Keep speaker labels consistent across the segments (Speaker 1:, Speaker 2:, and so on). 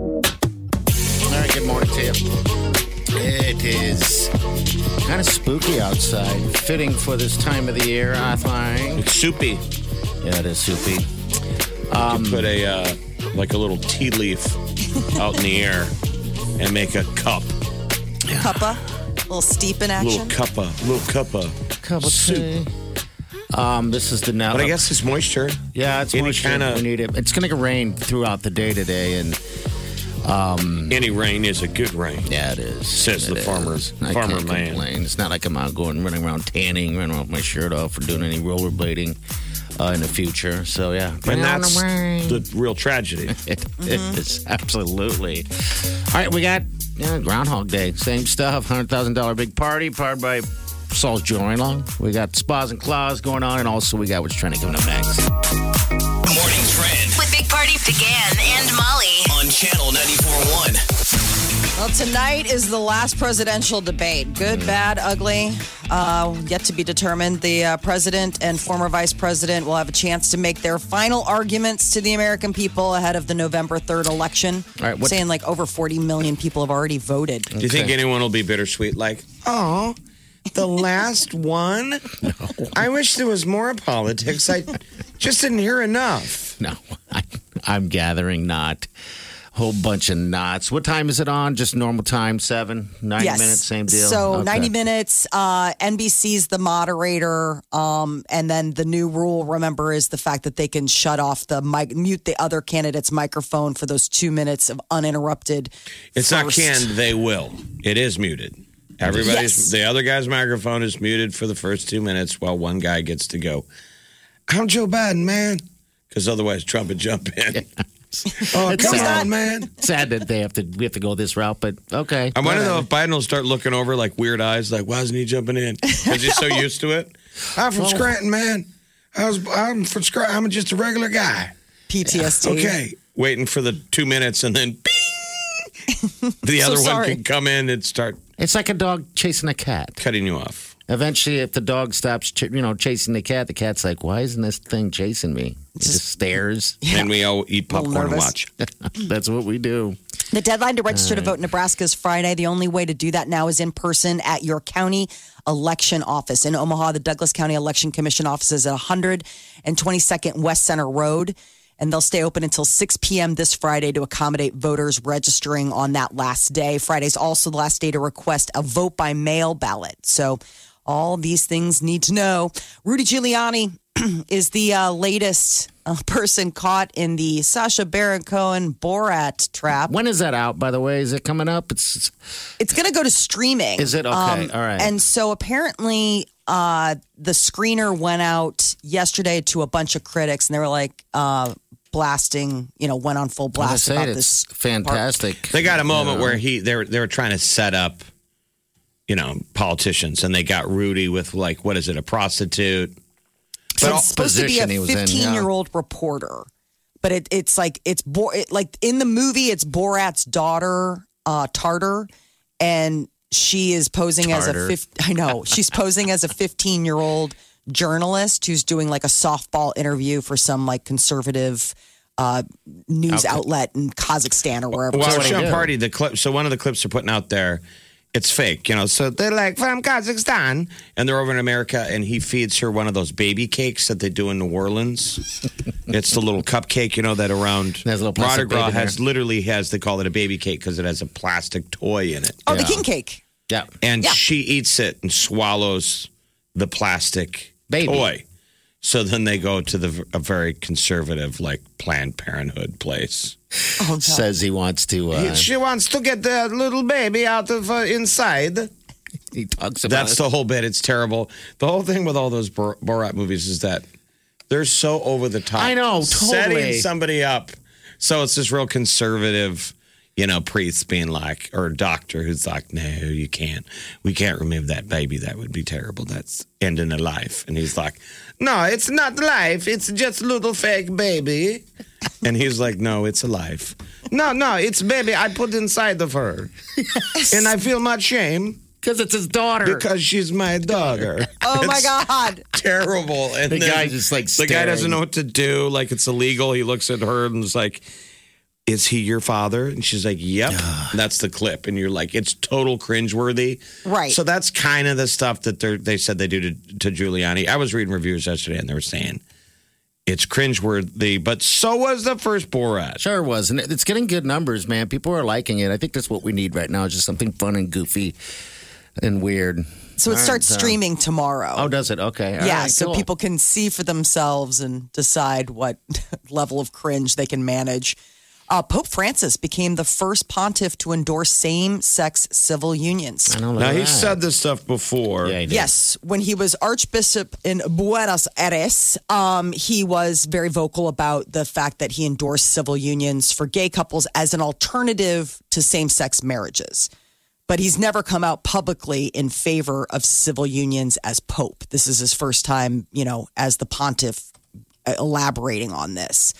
Speaker 1: All right, good morning to you. It is kind of spooky outside, fitting for this time of the year, I think.
Speaker 2: It's soupy.
Speaker 1: Yeah, it is soupy.
Speaker 2: Put a uh, like a little tea leaf out in the air and make a cup,
Speaker 3: cuppa, a little steep in
Speaker 2: little
Speaker 3: action.
Speaker 2: cuppa, little cuppa.
Speaker 1: Cup of
Speaker 2: Soup.
Speaker 1: tea. Um, this is the now.
Speaker 2: But I guess it's moisture.
Speaker 1: yeah, it's
Speaker 2: any
Speaker 1: moisture.
Speaker 2: kinda-
Speaker 1: we need it. It's going to rain throughout the day today, and
Speaker 2: Any rain is a good rain.
Speaker 1: yeah, it is.
Speaker 2: Says the
Speaker 1: It
Speaker 2: farmer's-
Speaker 1: I
Speaker 2: farmer
Speaker 1: can't
Speaker 2: man.
Speaker 1: complain. It's not like I'm out going running around tanning, running off my shirt off, or doing any rollerblading uh, in the future. So yeah,
Speaker 2: And
Speaker 1: Bring on
Speaker 2: that's
Speaker 1: rain.
Speaker 2: the real tragedy.
Speaker 1: It is, absolutely. All right, we got yeah, Groundhog Day, same stuff. Hundred thousand dollar big party, powered by Saul's Jewelry Long. We got spas and claws going on, and also we got what's trending coming up next.
Speaker 4: Morning Trend
Speaker 5: With Big Party began and Molly.
Speaker 4: on Channel 941.
Speaker 3: Well, tonight is the last presidential debate.
Speaker 1: Mm.
Speaker 3: Good, bad, ugly, uh, yet to be determined. The uh, president and former vice president will have a chance to make their final arguments to the American people ahead of the November 3rd election.
Speaker 1: All right, what-
Speaker 3: Saying like over 40 million people have already voted.
Speaker 2: Do you think anyone will be bittersweet? Like, oh, the last one. I wish there was more politics. I just didn't hear enough.
Speaker 1: No, I, I'm gathering not. Whole bunch of knots. What time is it on? Just normal time, seven, 90
Speaker 3: yes.
Speaker 1: minutes, same deal.
Speaker 3: So
Speaker 1: Okay.
Speaker 3: 90 minutes. Uh, NBC's the moderator. Um, and then the new rule, remember, is the fact that they can shut off the mic, mute the other candidate's microphone for those two minutes of uninterrupted.
Speaker 2: It's not
Speaker 3: first.
Speaker 2: canned. They will. It is muted. Everybody's
Speaker 3: Yes.
Speaker 2: the other guy's microphone is muted for the first two minutes while one guy gets to go. I'm Joe Biden, man. Because otherwise, Trump would jump in. oh,
Speaker 1: It's
Speaker 2: come
Speaker 1: sad.
Speaker 2: on, man.
Speaker 1: Sad that they have to we have to go this route, but okay.
Speaker 2: I wonder though if Biden will start looking over like weird eyes, like why isn't he jumping in? Because he's so used to it. I'm from Scranton, man. I was I'm from Scranton. I'm just a regular guy.
Speaker 3: PTSD.
Speaker 2: Okay. Mm. Waiting for the two minutes and then bing, the
Speaker 3: So
Speaker 2: other one
Speaker 3: sorry.
Speaker 2: can come in and start
Speaker 1: It's like a dog chasing a cat.
Speaker 2: cutting you off.
Speaker 1: Eventually, if the dog stops, ch- you know, chasing the cat, the cat's like, "Why isn't this thing chasing me?" It just stares.
Speaker 2: And we all eat
Speaker 3: Little
Speaker 2: popcorn and
Speaker 3: nervous.
Speaker 2: watch.
Speaker 1: That's what we do.
Speaker 3: The deadline to register to vote in Nebraska is Friday. The only way to do that now is in person at your county election office. In Omaha, the Douglas County Election Commission office is at 122nd West Center Road, and they'll stay open until 6 p.m. this Friday to accommodate voters registering on that last day. Friday's also the last day to request a vote by mail ballot. So all these things need to know. Rudy Giuliani is the uh, latest uh, person caught in the Sasha Baron Cohen Borat trap.
Speaker 1: When is that out? By the way, is it coming up? It's
Speaker 3: It's going to go to streaming. Um,
Speaker 1: Is it? Okay. All right.
Speaker 3: And so apparently, uh, the screener went out yesterday to a bunch of critics, and they were like uh, blasting. You know, went on full
Speaker 1: I
Speaker 3: blast
Speaker 1: say
Speaker 3: about
Speaker 1: it,
Speaker 3: this.
Speaker 1: it's fantastic.
Speaker 2: They got a moment where he they were they were trying to set up, you know, politicians, and they got Rudy with like what is it, a prostitute?
Speaker 3: So it's
Speaker 1: all-
Speaker 3: supposed to be a
Speaker 1: position he was in, yeah.
Speaker 3: fifteen-year-old reporter, but it, it's like it's Bor- it, like in the movie, it's Borat's daughter, uh, Tartar, and she is posing as a
Speaker 1: Tartar.
Speaker 3: fif- I know she's posing as a fifteen-year-old journalist who's doing like a softball interview for some like conservative. Uh, news outlet in Kazakhstan or wherever.
Speaker 2: Well, I was
Speaker 1: what he
Speaker 2: showing
Speaker 1: did.
Speaker 2: party the clip. So one of the clips they're putting out there, it's fake, you know. So they're like from Kazakhstan, and they're over in America, and he feeds her one of those baby cakes that they do in New Orleans. it's the little cupcake, you know, that around
Speaker 1: There's a little
Speaker 2: Mardi
Speaker 1: plastic
Speaker 2: Gras
Speaker 1: baby there.
Speaker 2: has literally has they call it a baby cake because it has a plastic toy in it,
Speaker 3: oh, the
Speaker 1: Yeah.
Speaker 3: king cake.
Speaker 1: yeah.
Speaker 2: and
Speaker 3: Yeah.
Speaker 2: she eats it and swallows the plastic
Speaker 1: Baby.
Speaker 2: toy. So then they go to the a very conservative like Planned Parenthood place.
Speaker 3: Oh, no.
Speaker 1: Says he wants to. Uh,
Speaker 2: She wants to get the little baby out of uh, inside.
Speaker 1: he talks about.
Speaker 2: That's the whole bit. It's terrible. The whole thing with all those Bor- Borat movies is that They're so over the top.
Speaker 1: I know,
Speaker 2: Setting
Speaker 1: totally.
Speaker 2: somebody up. So it's this real conservative, you know, priest being like, or doctor who's like, no, you can't. We can't remove that baby. That would be terrible. That's ending a life. And he's like, no, it's not life. It's just little fake baby. And he's like, no, it's a life. No, no, it's baby I put inside of her. And I feel much shame
Speaker 1: Because it's his daughter.
Speaker 2: because she's my daughter.
Speaker 3: Oh my
Speaker 2: It's
Speaker 3: God.
Speaker 2: terrible. And
Speaker 1: The
Speaker 2: then
Speaker 1: guy just, like,
Speaker 2: the guy
Speaker 1: staring.
Speaker 2: doesn't know what to do. Like it's illegal. He looks at her and is like, "Is he your father?" And she's like, "Yep." And that's the clip, and you're like, "It's total cringeworthy."
Speaker 3: Right.
Speaker 2: So that's kind of the stuff that they they said they do to, to Giuliani. I was reading reviews yesterday, and they were saying it's cringeworthy, but so was the first Borat.
Speaker 1: Sure was, and it- it's getting good numbers, man. People are liking it. I think that's what we need right now, is just something fun and goofy and weird.
Speaker 3: So it starts streaming tomorrow.
Speaker 1: Oh, does it? Okay. All
Speaker 3: yeah,
Speaker 1: right,
Speaker 3: so
Speaker 1: cool.
Speaker 3: people can see for themselves and decide what level of cringe they can manage. Uh, Pope Francis became the first pontiff to endorse same sex civil unions.
Speaker 1: I don't know
Speaker 2: Now he
Speaker 1: Oh, that.
Speaker 2: said this stuff before.
Speaker 1: Yeah, he did.
Speaker 3: Yes, when he was Archbishop in Buenos Aires, um, he was very vocal about the fact that he endorsed civil unions for gay couples as an alternative to same sex marriages. But he's never come out publicly in favor of civil unions as Pope. This is his first time, you know, as the pontiff uh, elaborating on this.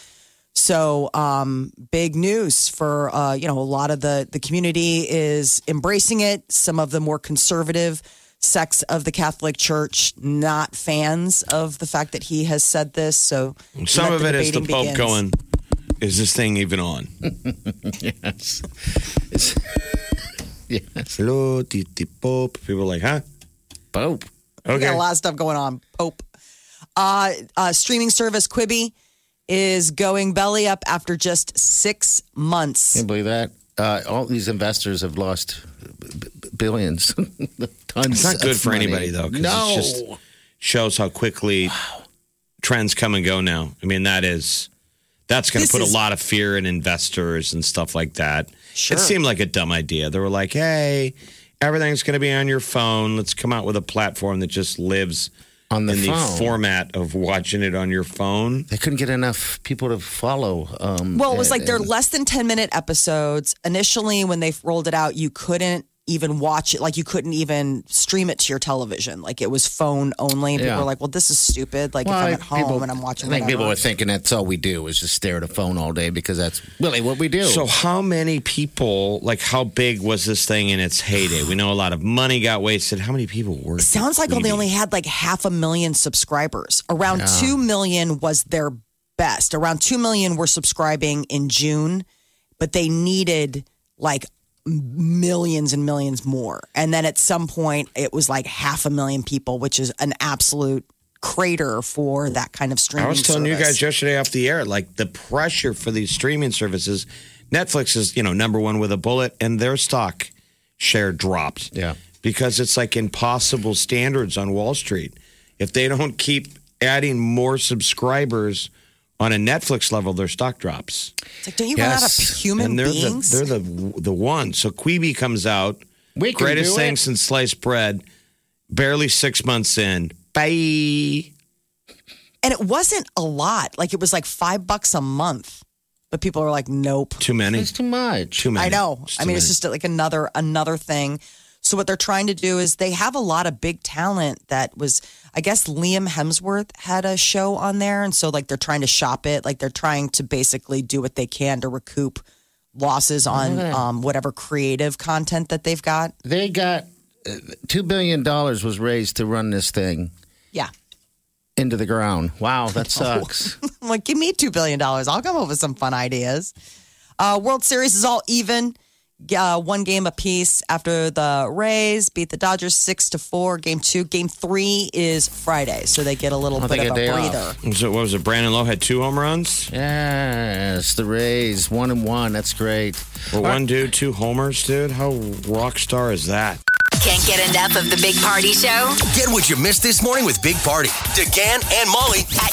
Speaker 3: So, um, big news for uh, you know a lot of the the community is embracing it. Some of the more conservative sects of the Catholic Church not fans of the fact that he has said this. So,
Speaker 2: Some
Speaker 3: let
Speaker 2: of it is the
Speaker 3: debating
Speaker 2: Pope
Speaker 3: begins.
Speaker 2: going. Is this thing even on?
Speaker 1: Yes. It's- yes.
Speaker 2: Hello, Titi Pope. People are like, huh?
Speaker 1: Pope.
Speaker 3: We got
Speaker 2: Okay.
Speaker 3: a lot of stuff going on. Pope. Uh, uh, streaming service Quibi is going belly up after just six months.
Speaker 1: Can you believe that? Uh, all these investors have lost b- b- billions. Tons
Speaker 2: It's not good
Speaker 1: of
Speaker 2: for
Speaker 1: money.
Speaker 2: anybody though. 'cause
Speaker 1: No.
Speaker 2: it just shows how quickly trends come and go now. I mean, that is that's going to
Speaker 3: This
Speaker 2: put
Speaker 3: is-
Speaker 2: a lot of fear in investors and stuff like that.
Speaker 3: Sure.
Speaker 2: It seemed like a dumb idea. They were like, "Hey, everything's going to be on your phone. Let's come out with a platform that just lives
Speaker 1: on the
Speaker 2: in the
Speaker 1: phone.
Speaker 2: format of watching it on your phone."
Speaker 1: they couldn't get enough people to follow. Um,
Speaker 3: Well, it was like
Speaker 1: and-
Speaker 3: they're
Speaker 1: and-
Speaker 3: less than 10 minute episodes. Initially, when they rolled it out, you couldn't even watch it. Like, you couldn't even stream it to your television. Like, it was phone only. People
Speaker 1: Yeah.
Speaker 3: were like, well, this is stupid. Like,
Speaker 1: Well,
Speaker 3: if I'm
Speaker 1: I
Speaker 3: at home
Speaker 1: think
Speaker 3: and I'm watching
Speaker 1: I think people
Speaker 3: whatever.
Speaker 1: are thinking that's all we do is just stare at a phone all day because that's really what we do.
Speaker 2: So, how many people? Like, how big was this thing in its heyday? We know a lot of money got wasted. How many people were?
Speaker 3: It sounds like they only had like half a million subscribers. Around 2 million was their best. Around 2 million were subscribing in June, but they needed like millions and millions more. And then at some point, it was like half a million people, which is an absolute crater for that kind of streaming.
Speaker 2: I was telling you
Speaker 3: service.
Speaker 2: guys yesterday off the air, like the pressure for these streaming services. Netflix is, you know, number one with a bullet, and their stock share dropped.
Speaker 1: Yeah.
Speaker 2: Because it's like impossible standards on Wall Street. If they don't keep adding more subscribers on a Netflix level, their stock drops.
Speaker 3: It's like, don't you run out of
Speaker 1: Yes.
Speaker 3: human
Speaker 2: and they're
Speaker 3: beings?
Speaker 2: the they're the the one. So Quibi comes out.
Speaker 1: We can
Speaker 2: greatest
Speaker 1: do
Speaker 2: thing
Speaker 1: it.
Speaker 2: since sliced bread, barely six months in. Bye.
Speaker 3: and it wasn't a lot. Like it was like five bucks a month. But people are like, nope.
Speaker 2: Too many.
Speaker 1: it's too much.
Speaker 2: Too many.
Speaker 3: I know.
Speaker 2: It's
Speaker 3: I
Speaker 2: too
Speaker 3: mean, it's
Speaker 2: many.
Speaker 3: just like another another thing. So what they're trying to do is they have a lot of big talent that was I guess Liam Hemsworth had a show on there and so like they're trying to shop it, like they're trying to basically do what they can to recoup losses on um, whatever creative content that they've got.
Speaker 1: They got uh, two billion dollars was raised to run this thing
Speaker 3: Yeah.
Speaker 1: into the ground. Wow, that sucks.
Speaker 3: I'm like, give me $2 billion. I'll come up with some fun ideas. Uh, World Series is all even. Uh, one game apiece after the Rays beat the Dodgers six to four. Game two, game three is Friday, so they get a little
Speaker 1: Oh,
Speaker 3: bit
Speaker 1: they get
Speaker 3: of a
Speaker 1: a day
Speaker 3: breather.
Speaker 1: off.
Speaker 2: Was it, what was it? Brandon Lowe had two home runs?
Speaker 1: yes, the Rays one and one. That's great.
Speaker 2: Or one dude, two homers, dude? How rock star is that?
Speaker 5: Can't get enough of the Big Party Show
Speaker 4: Get what you missed this morning with Big Party. DeGan and Molly.
Speaker 5: at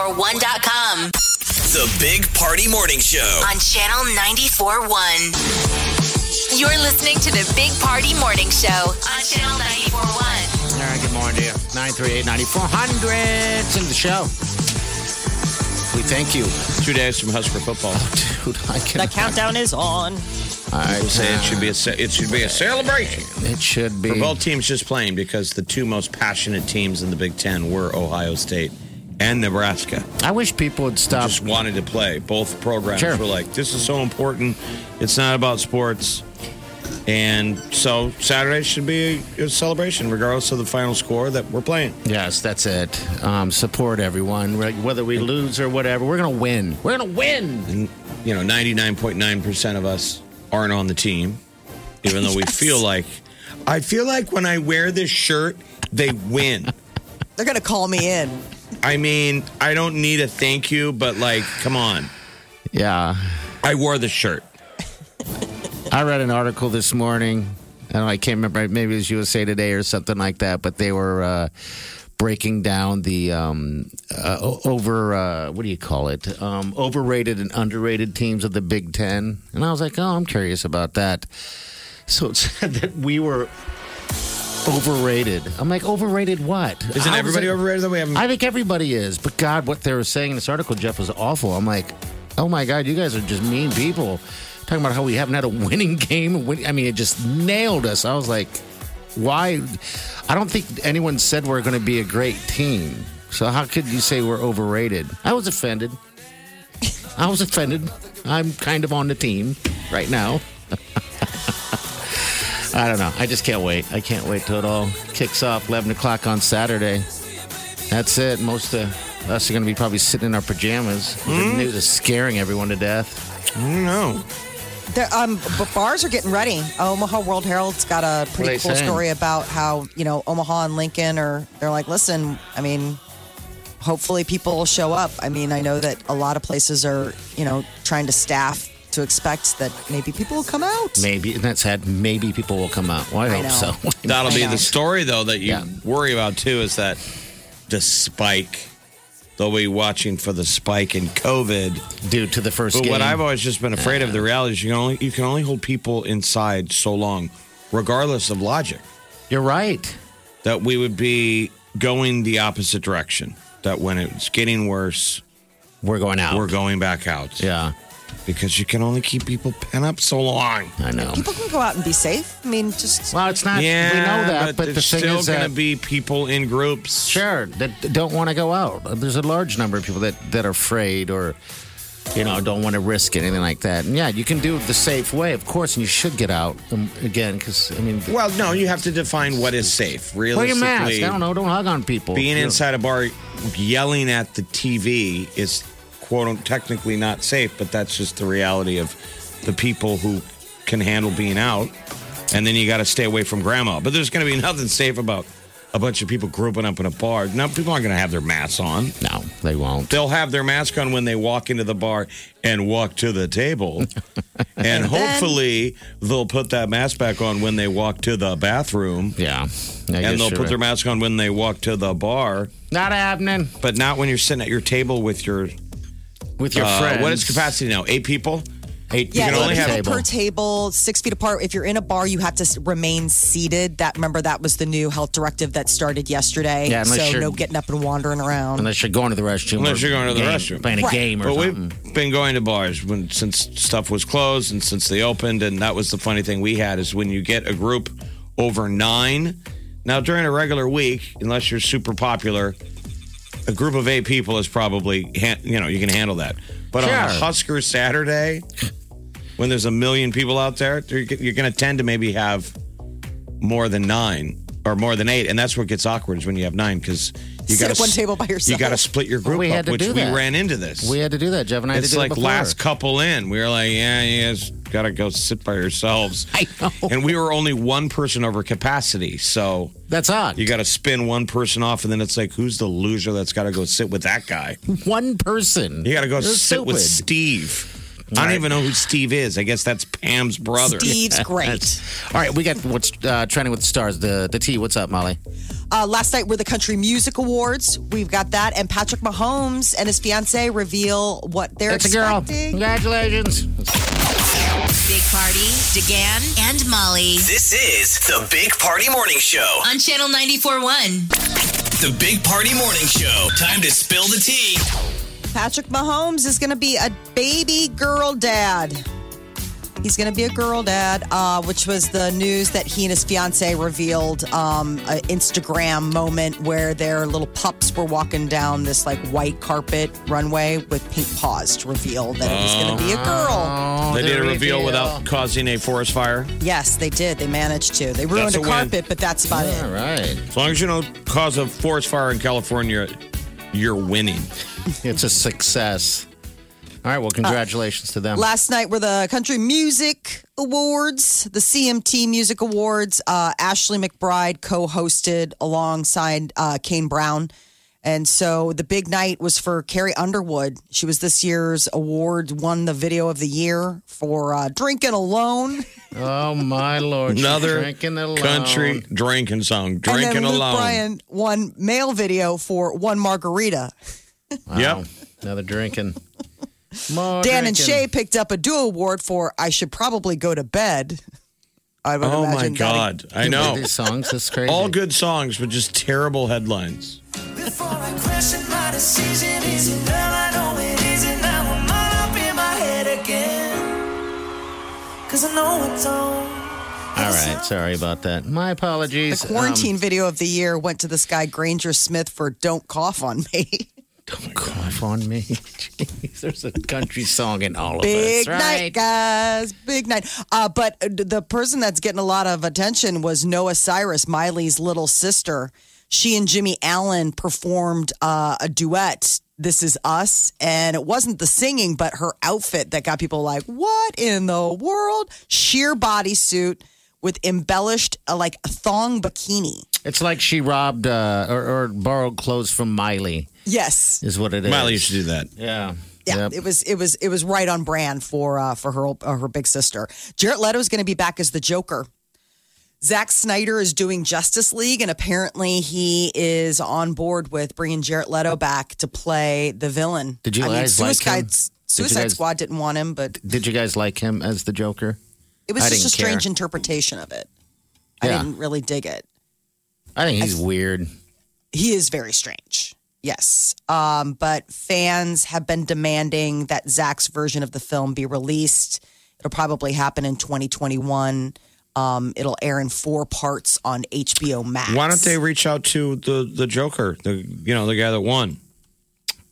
Speaker 5: channel941.com.
Speaker 4: The Big Party Morning Show.
Speaker 5: On channel 94.1. You're listening to the Big Party Morning Show on channel 94.1.
Speaker 1: All right, good morning to you. 938 9400. It's in the show. We thank you.
Speaker 2: Two days from Husker football.
Speaker 1: Dude, I
Speaker 3: The
Speaker 1: can
Speaker 3: countdown is on.
Speaker 1: I
Speaker 2: People say it should be a ce- it should be a celebration.
Speaker 1: It should be.
Speaker 2: For both teams just playing because the two most passionate teams in the Big Ten were Ohio State and Nebraska.
Speaker 1: I wish people would stop.
Speaker 2: Just wanted to play. Both programs
Speaker 1: Sure.
Speaker 2: were like, this is so important. It's not about sports. And so Saturday should be a, a celebration, regardless of the final score that we're playing.
Speaker 1: Yes, that's it. Um, support everyone, Re- whether we lose or whatever. We're gonna win. We're gonna win.
Speaker 2: You know, 99.9% of us aren't on the team, even though we feel like, I feel like when I wear this shirt, they win.
Speaker 3: They're going to call me in.
Speaker 2: I mean, I don't need a thank you, but like, come on.
Speaker 1: Yeah.
Speaker 2: I wore the shirt.
Speaker 1: I read an article this morning. I don't know, I can't remember. Maybe it was USA Today or something like that. But they were uh, breaking down the um, uh, o- over uh, what do you call it? Um, overrated and underrated teams of the Big Ten. And I was like, oh, I'm curious about that. So it said that we were overrated. I'm like, overrated what?
Speaker 2: Isn't
Speaker 1: How
Speaker 2: everybody
Speaker 1: it-
Speaker 2: overrated that we haven't?
Speaker 1: I think everybody is, but God, what they were saying in this article, Jeff, was awful. I'm like, oh my God, you guys are just mean people. Talking about how we haven't had a winning game. Win- I mean, it just nailed us. I was like, why? I don't think anyone said we're going to be a great team. So how could you say we're overrated? I was offended. I was offended. I'm kind of on the team right now. I don't know. I just can't wait. I can't wait till it all kicks off 11 o'clock on Saturday. That's it. Most of us are going to be probably sitting in our pajamas.
Speaker 2: Hmm?
Speaker 1: The news is scaring everyone to death.
Speaker 2: I don't know.
Speaker 3: There, um, but bars are getting ready. Omaha World Herald's got a
Speaker 1: What are
Speaker 3: pretty
Speaker 1: they
Speaker 3: cool
Speaker 1: saying?
Speaker 3: story about how you know Omaha and Lincoln are. They're like, listen, I mean, hopefully people will show up. I mean, I know that a lot of places are you know trying to staff to expect that maybe people will come out.
Speaker 1: Maybe, and that's sad. Maybe people will come out. Well, I,
Speaker 3: I
Speaker 1: hope so.
Speaker 3: know.
Speaker 2: That'll be
Speaker 3: I know.
Speaker 2: the story, though, that you
Speaker 1: Yeah.
Speaker 2: worry about too is that the spike. They'll be watching for the spike in COVID.
Speaker 1: Due to the first
Speaker 2: But
Speaker 1: game.
Speaker 2: what I've always just been afraid
Speaker 3: Uh-huh.
Speaker 2: of the reality is you can only you can only hold people inside so long, regardless of logic.
Speaker 1: You're right.
Speaker 2: That we would be going the opposite direction. That when it's getting worse,
Speaker 1: We're going out.
Speaker 2: we're going back out.
Speaker 1: yeah,
Speaker 2: Because you can only keep people pent up so long.
Speaker 1: I know.
Speaker 3: People can go out and be safe. I mean, just
Speaker 1: Well, it's not.
Speaker 2: Yeah,
Speaker 1: we know that, but,
Speaker 2: there's
Speaker 1: the thing
Speaker 2: still
Speaker 1: is
Speaker 2: going to
Speaker 1: that
Speaker 2: be people in groups.
Speaker 1: sure that don't want to go out. There's a large number of people that that are afraid or. You know, don't want to risk anything like that. And yeah, you can do it the safe way, of course, and you should get out um, again because I mean,
Speaker 2: Well, no, you have to define what is safe.
Speaker 1: wear
Speaker 2: Realistically,
Speaker 1: your mask. I don't know. Don't hug on people.
Speaker 2: being
Speaker 1: You know.
Speaker 2: inside a bar yelling at the TV is quote unquote technically not safe, but that's just the reality of the people who can handle being out. And then you got to stay away from grandma. But there's going to be nothing safe about a bunch of people grouping up in a bar. No, people aren't going to have their masks on.
Speaker 1: No, they won't.
Speaker 2: They'll have their mask on when they walk into the bar and walk to the table. and hopefully they'll put that mask back on when they walk to the bathroom.
Speaker 1: Yeah.
Speaker 2: And they'll put their mask on when they walk to the bar,
Speaker 1: Not happening
Speaker 2: but not when you're sitting at your table with your,
Speaker 1: with your
Speaker 2: uh,
Speaker 1: friends.
Speaker 2: what is capacity now? Eight people?
Speaker 1: Eight
Speaker 2: You
Speaker 3: Yeah,
Speaker 2: can
Speaker 3: eight
Speaker 2: only have-
Speaker 3: people per table, six feet apart. If you're in a bar, you have to s- remain seated. That remember that was the new health directive that started yesterday.
Speaker 1: Yeah, unless
Speaker 3: so
Speaker 1: you're-
Speaker 3: no getting up and wandering around.
Speaker 1: Unless you're going to the restroom.
Speaker 2: Unless
Speaker 1: or
Speaker 2: you're going to the
Speaker 1: game-
Speaker 2: restroom.
Speaker 1: Playing a
Speaker 3: Right.
Speaker 1: game or
Speaker 2: But
Speaker 1: something.
Speaker 2: we've been going to bars when since stuff was closed and since they opened, and that was the funny thing we had is when you get a group over nine. Now during a regular week, unless you're super popular, a group of eight people is probably han- you know you can handle that. But on a
Speaker 1: Sure.
Speaker 2: Husker Saturday, when there's a million people out there, you're, you're going to tend to maybe have more than nine or more than eight, and that's what gets awkward is when you have nine because you
Speaker 3: Sit
Speaker 2: got
Speaker 3: at one table by
Speaker 2: You
Speaker 3: yourself.
Speaker 2: got to split your group
Speaker 1: we
Speaker 2: up,
Speaker 1: had to
Speaker 2: which
Speaker 1: do
Speaker 2: we
Speaker 1: that.
Speaker 2: ran into this.
Speaker 1: We had to do that, Jeff and I had to
Speaker 2: It's
Speaker 1: do it
Speaker 2: like
Speaker 1: before.
Speaker 2: last couple in. We were like, yeah, you guys got to go sit by yourselves.
Speaker 1: I know.
Speaker 2: And we were only one person over capacity. So
Speaker 1: That's odd.
Speaker 2: you got to spin one person off. And then it's like, who's the loser that's got to go sit with that guy?
Speaker 1: One person.
Speaker 2: You got to go
Speaker 1: You're
Speaker 2: sit with
Speaker 1: stupid.
Speaker 2: Steve. I don't even know who Steve is. I guess that's Pam's brother.
Speaker 3: Steve's great.
Speaker 1: All right, we got what's uh, trending with the stars. The the T. What's up, Molly?
Speaker 3: Uh, last night were the Country Music Awards. We've got that, and Patrick Mahomes and his fiance reveal what they're
Speaker 1: It's a girl.
Speaker 3: expecting.
Speaker 1: Congratulations.
Speaker 5: Big Party, DeGan, and Molly
Speaker 4: This is the Big Party Morning Show.
Speaker 5: on Channel 94.1.
Speaker 4: The Big Party Morning Show. Time to spill the tea.
Speaker 3: Patrick Mahomes is going to be a baby girl dad. He's going to be a girl dad, uh, which was the news that he and his fiance revealed um, an Instagram moment where their little pups were walking down this like white carpet runway with pink paws to reveal that it was going to be a girl.
Speaker 2: they
Speaker 1: the
Speaker 2: did a reveal,
Speaker 1: reveal.
Speaker 2: without causing a forest fire.
Speaker 3: Yes, they did. They managed to. They ruined
Speaker 2: That's
Speaker 3: a
Speaker 2: a win.
Speaker 3: carpet, but that's about it.
Speaker 1: All right.
Speaker 2: As long as you don't cause a forest fire in California, you're winning.
Speaker 1: It's a success. All right. Well, congratulations to them.
Speaker 3: Last night were the Country Music Awards, the CMT Music Awards. Uh, Ashley McBride co hosted alongside uh, Kane Brown. And so the big night was for Carrie Underwood. She was this year's award, won the video of the year for uh, Drinking Alone.
Speaker 1: oh my lord! She's
Speaker 2: Another
Speaker 1: drinking alone.
Speaker 2: country drinking song,
Speaker 3: and
Speaker 2: drinking
Speaker 3: then Luke
Speaker 2: alone.
Speaker 3: Bryan won male video for One Margarita.
Speaker 1: Wow.
Speaker 2: Yep.
Speaker 1: Another drinking. More
Speaker 3: Dan and
Speaker 1: drinking.
Speaker 3: Shay picked up a duo award for I Should Probably Go to Bed. I would
Speaker 2: Oh my
Speaker 3: imagine that-
Speaker 2: God! I
Speaker 1: You play
Speaker 2: know
Speaker 1: these songs. That's crazy.
Speaker 2: all good songs, but just terrible headlines.
Speaker 6: Before I question my decision, is it now? I know it isn't. Now I'm all up in my head again. Cause I know it's on.
Speaker 1: All right. Sorry about that. My apologies.
Speaker 3: The quarantine video of the year went to this guy Granger Smith for "Don't Cough on Me."
Speaker 1: Um, don't cough on me. Jeez, there's a country song in all of us,
Speaker 3: Big
Speaker 1: right?
Speaker 3: night, guys. Big night. Uh, but the person that's getting a lot of attention was Noah Cyrus, Miley's little sister. She and Jimmy Allen performed uh, a duet. This is us, and it wasn't the singing, but her outfit that got people like, "What in the world?" Sheer bodysuit with embellished uh, like a thong bikini.
Speaker 1: It's like she robbed uh, or, or borrowed clothes from Miley,
Speaker 3: Yes.
Speaker 1: is what it is.
Speaker 2: Miley used to do that.
Speaker 1: Yeah.
Speaker 3: Yeah,
Speaker 1: Yep.
Speaker 3: it was it was it was right on brand for uh, for her uh, her big sister. Jarrett Leto is going to be back as the Joker. Zack Snyder is doing Justice League, and apparently he is on board with bringing Jarrett Leto back to play the villain.
Speaker 1: Did you
Speaker 3: I mean,
Speaker 1: guys like
Speaker 3: Suicide
Speaker 1: him? Did you
Speaker 3: Suicide
Speaker 1: guys-
Speaker 3: Squad didn't want him, but
Speaker 1: Did you guys like him as the Joker?
Speaker 3: it was
Speaker 1: I
Speaker 3: just a
Speaker 1: didn't care.
Speaker 3: strange interpretation of it. I
Speaker 1: Yeah.
Speaker 3: didn't really dig it.
Speaker 1: I think he's weird.
Speaker 3: He is very strange. Yes. Um, but fans have been demanding that Zach's version of the film be released. It'll probably happen in 2021. Um, it'll air in four parts on HBO Max.
Speaker 2: Why don't they reach out to the the Joker, the you know the guy that won?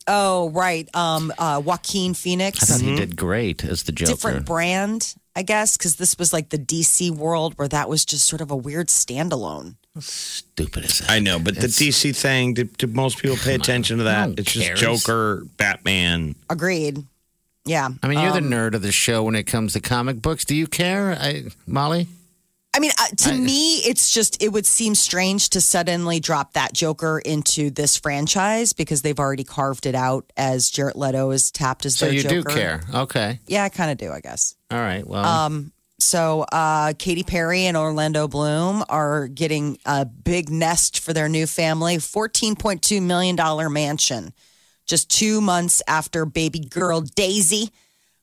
Speaker 3: Oh, right. Um, uh, Joaquin
Speaker 1: I thought
Speaker 3: Phoenix,
Speaker 1: he did great as the Joker.
Speaker 3: Mm-hmm. different brand, I guess, because this was like the DC world where that was just sort of a weird standalone.
Speaker 1: Stupid as
Speaker 2: I know, but the DC thing. Do, do most people pay attention to that?
Speaker 1: No one
Speaker 2: It's
Speaker 1: cares.
Speaker 2: just Joker, Batman.
Speaker 3: Agreed. Yeah.
Speaker 1: I mean, you're
Speaker 3: Um,
Speaker 1: the nerd of the show when it comes to comic books. Do you care, I, Molly?
Speaker 3: I mean, uh, to me, it's just it would seem strange to suddenly drop that Joker into this franchise because they've already carved it out as Jared Leto is tapped as
Speaker 1: So
Speaker 3: their
Speaker 1: Oh, you
Speaker 3: Joker. Um,
Speaker 1: do care. Okay.
Speaker 3: Yeah, I kind of do, I guess.
Speaker 1: All right. Well,
Speaker 3: So, uh, Katy Perry and Orlando Bloom are getting a big nest for their new family, fourteen point two million dollar mansion, just two months after baby girl Daisy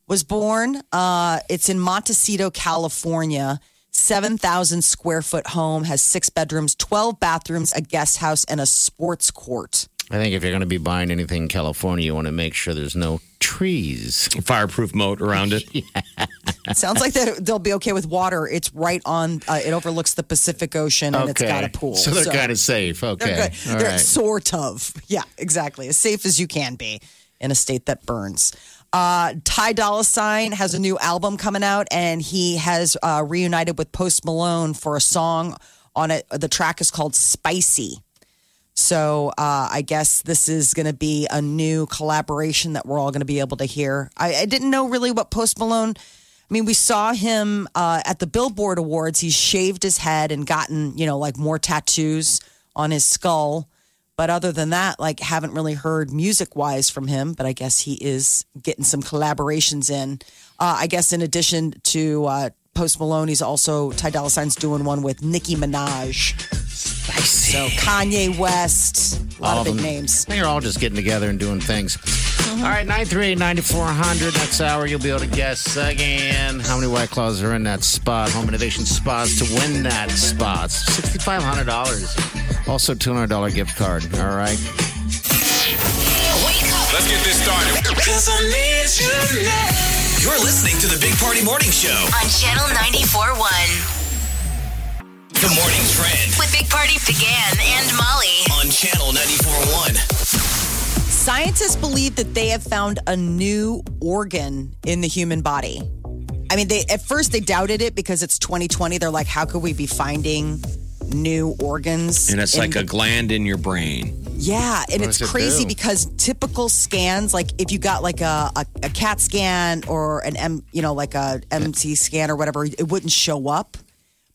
Speaker 3: was born. Uh, it's in Montecito, California. Seven thousand square foot home has six bedrooms, twelve bathrooms, a guest house, and a sports court.
Speaker 1: I think if you're going to be buying anything in California, you want to make sure there's no trees.
Speaker 2: Fireproof moat around it.
Speaker 3: Sounds like that they'll be okay with water. It's right on. Uh, it overlooks the Pacific Ocean, and it's got a pool.
Speaker 1: So they're kind of safe. Okay.
Speaker 3: They're good.
Speaker 1: All
Speaker 3: They're
Speaker 1: right.
Speaker 3: sort of. Yeah, exactly. As safe as you can be in a state that burns. Uh, Ty Dolla Sign has a new album coming out, and he has uh, reunited with Post Malone for a song on it. The track is called "Spicy." So uh, I guess this is going to be a new collaboration that we're all going to be able to hear. I, I didn't know really what Post Malone. I mean, we saw him uh, at the Billboard Awards. He's shaved his head and gotten you know like more tattoos on his skull. But other than that, like haven't really heard music wise from him. But I guess he is getting some collaborations in. Uh, I guess in addition to uh, Post Malone, he's also Ty Dolla Sign's doing one with Nicki Minaj. So Kanye West, a lot
Speaker 1: All
Speaker 3: of big
Speaker 1: them.
Speaker 3: names.
Speaker 1: They're all just getting together and doing things. All right, 938 9400. Next hour, you'll be able to guess again how many White Claws are in that spot. Home Innovation Spas to win that spot. $6,500. Also, $200 gift card. All right.
Speaker 5: Wake up.
Speaker 7: Let's get this started.
Speaker 4: started.
Speaker 6: Cause I need you now.
Speaker 4: You're listening to the Big Party Morning Show.
Speaker 5: on Channel 94.1
Speaker 4: The Morning Trend
Speaker 5: with Big Party began and Molly.
Speaker 4: on Channel 94.1.
Speaker 3: Scientists believe that they have found a new organ in the human body. I mean, they at first they doubted it because it's 2020. They're like, how could we be finding new organs?
Speaker 2: And it's
Speaker 3: in
Speaker 2: like
Speaker 3: the
Speaker 2: a gland in your brain.
Speaker 3: Yeah, and it's
Speaker 1: does it
Speaker 3: crazy
Speaker 1: do?
Speaker 3: because typical scans, like if you got like a, a, a CAT scan or an M, you know, like a MT scan or whatever, it wouldn't show up.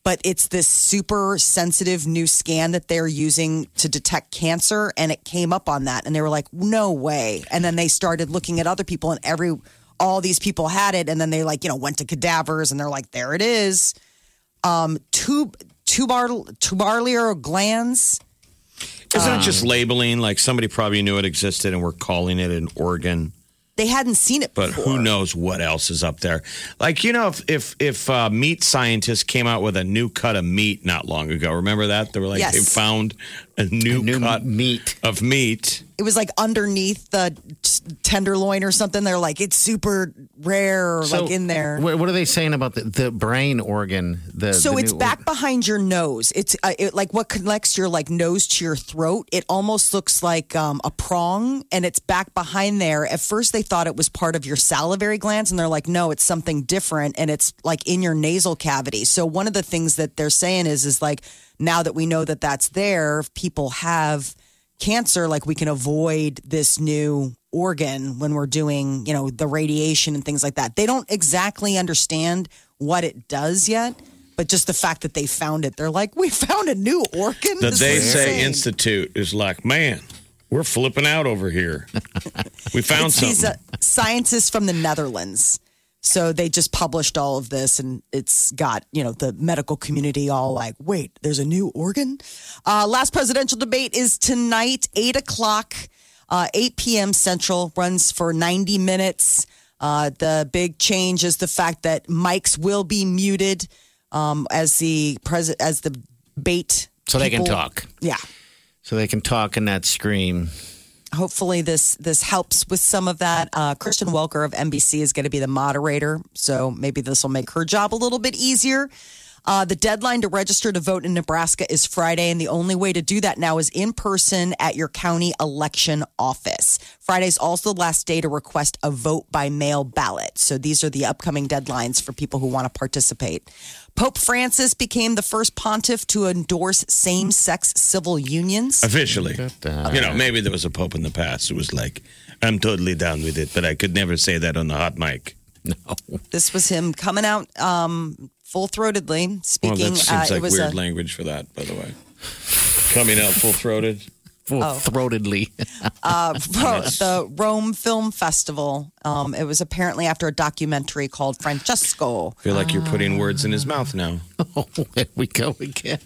Speaker 3: But it's this super sensitive new scan that they're using to detect cancer, and it came up on that, and they were like, "No way!" And then they started looking at other people, and every all these people had it, and then they like you know went to cadavers, and they're like, "There it is." Um, tub tubar tubarlier glands.
Speaker 2: Isn't it
Speaker 3: Um,
Speaker 2: just labeling? Like somebody probably knew it existed and we're calling it an organ.
Speaker 3: They hadn't seen it
Speaker 2: but
Speaker 3: before.
Speaker 2: who knows what else is up there? Like you know, if if if uh, meat scientists came out with a new cut of meat not long ago, remember that they were like
Speaker 3: Yes.
Speaker 2: they found a new,
Speaker 1: New
Speaker 2: cut
Speaker 1: meat.
Speaker 2: of meat.
Speaker 3: it was like underneath the t- tenderloin or something. They're like, it's super rare, like in there.
Speaker 1: What, what are they saying about the, the brain organ? The
Speaker 3: So
Speaker 1: the
Speaker 3: it's
Speaker 1: new
Speaker 3: back behind your nose. It's uh, it, like what connects your like nose to your throat. It almost looks like um, a prong, and it's back behind there. At first, they thought it was part of your salivary glands, and they're like, no, it's something different, and it's like in your nasal cavity. So one of the things that they're saying is, is like now that we know that that's there, if people have cancer, like we can avoid this new organ when we're doing, you know, the radiation and things like that. They don't exactly understand what it does yet, but just the fact that they found it, they're like, we found a new organ.
Speaker 2: The
Speaker 3: This
Speaker 2: They
Speaker 3: is
Speaker 2: Say
Speaker 3: insane."
Speaker 2: Institute is like, man, we're flipping out over here. we found
Speaker 3: It's these
Speaker 2: something.
Speaker 3: uh, scientists from the Netherlands. So they just published all of this, and it's got you know the medical community all like, wait, there's a new organ. Uh, last presidential debate is tonight, eight o'clock, uh, eight p.m. Central. Runs for ninety minutes. Uh, the big change is the fact that mics will be muted um, as the pres- as the debate.
Speaker 1: So they can
Speaker 3: people-
Speaker 1: talk.
Speaker 3: Yeah
Speaker 1: So they can talk and not scream.
Speaker 3: hopefully this this helps with some of that. Uh, Kristen Welker of NBC is going to be the moderator, so maybe this will make her job a little bit easier. Uh, the deadline to register to vote in Nebraska is Friday, and the only way to do that now is in person at your county election office. Friday's also the last day to request a vote by mail ballot. So these are the upcoming deadlines for people who want to participate. Pope Francis became the first pontiff to endorse same sex civil unions.
Speaker 2: Officially,
Speaker 1: that.
Speaker 2: you know, maybe there was a pope in the past who was like, "I'm totally down with it," but I could never say that on the hot mic.
Speaker 3: This was him coming out um, full throatedly
Speaker 2: Well,
Speaker 3: speaking.
Speaker 2: that seems
Speaker 3: uh,
Speaker 2: like
Speaker 3: it was
Speaker 2: weird
Speaker 3: a,
Speaker 2: language for that, by the way. Coming out full throated.
Speaker 1: Full throatedly.
Speaker 3: the Rome Film Festival. Um, it was apparently after a documentary called Francesco.
Speaker 2: Feel like you're putting words in his
Speaker 1: Ah.
Speaker 2: mouth now.
Speaker 1: oh, there we go again.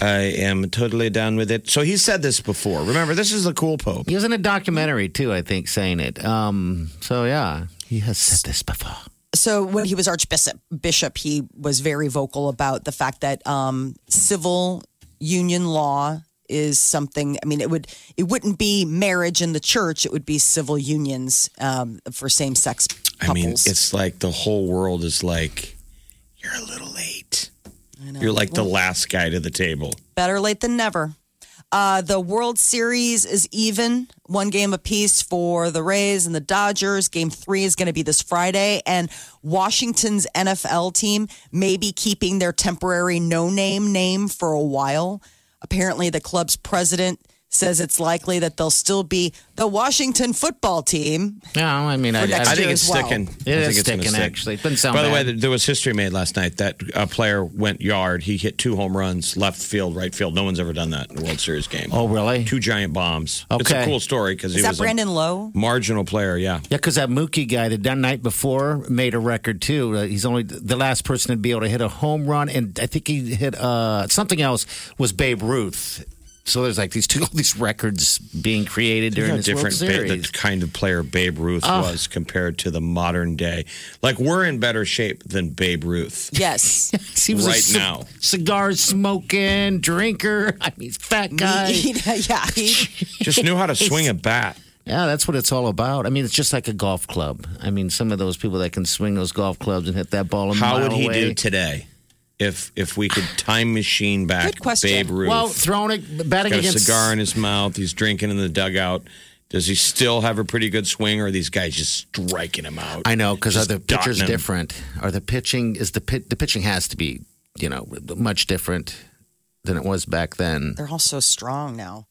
Speaker 2: I am totally down with it. So he said this before. Remember, this is the cool Pope.
Speaker 1: He was in a documentary too, I think, saying it. Um, so yeah, he has said this before.
Speaker 3: So when he was Archbishop, Bishop, he was very vocal about the fact that um, civil union law is something. I mean, it would it wouldn't be marriage in the church; it would be civil unions um, for same sex couples.
Speaker 2: I mean, it's like the whole world is like, you're a little late. You're like the last guy to the table.
Speaker 3: Better late than never. Uh, the World Series is even, one game apiece for the Rays and the Dodgers. Game three is going to be this Friday, and Washington's NFL team may be keeping their temporary no name name for a while. Apparently, the club's president says it's likely that they'll still be the Washington football team.
Speaker 1: No, I mean, I,
Speaker 3: For next
Speaker 1: I
Speaker 2: I think
Speaker 3: year
Speaker 2: it's
Speaker 3: as well.
Speaker 2: sticking.
Speaker 1: It
Speaker 2: I
Speaker 1: is
Speaker 2: think gonna
Speaker 1: sticking, actually. It doesn't sound
Speaker 2: By the way,
Speaker 1: bad.
Speaker 2: th- there was history made last night. That uh, player went yard. He hit two home runs, left field, right field. No one's ever done that in a World Series game.
Speaker 1: Oh, really?
Speaker 2: Two giant bombs. It's a
Speaker 1: Okay.
Speaker 2: cool story because he
Speaker 3: Is
Speaker 2: was
Speaker 3: that Brandon
Speaker 2: a
Speaker 3: Lowe?
Speaker 2: marginal player. Yeah.
Speaker 1: Yeah, because that Mookie guy the done night before made a record too. Uh, He's only the last person to be able to hit a home run, and I think he hit uh, something else was Babe Ruth. So there's like these two all these records being created during
Speaker 2: how
Speaker 1: this
Speaker 2: different
Speaker 1: World
Speaker 2: Ba-
Speaker 1: Series.
Speaker 2: the kind of player Babe Ruth was compared to the modern day. Like we're in better shape than Babe Ruth.
Speaker 3: Yes.
Speaker 1: he was a
Speaker 2: right
Speaker 1: c-
Speaker 2: now.
Speaker 1: cigar smoking drinker. I mean, fat guy.
Speaker 3: yeah. he-
Speaker 2: Just knew how to swing a bat.
Speaker 1: Yeah, that's what it's all about. I mean, it's just like a golf club. I mean, some of those people that can swing those golf clubs and hit that ball a
Speaker 2: How
Speaker 1: mile
Speaker 2: would he
Speaker 1: away.
Speaker 2: do today? If if we could time machine back
Speaker 3: Good question.
Speaker 2: Babe Ruth,
Speaker 1: Well, throwing it, batting
Speaker 2: got a
Speaker 1: against
Speaker 2: cigar in his mouth, he's drinking in the dugout. Does he still have a pretty good swing, or are these guys just striking him out?
Speaker 1: I know because
Speaker 2: Just
Speaker 1: the pitcher's
Speaker 2: dotting him.
Speaker 1: different. Are the pitching is the pit, the pitching has to be you know much different than it was back then.
Speaker 3: They're all so strong now.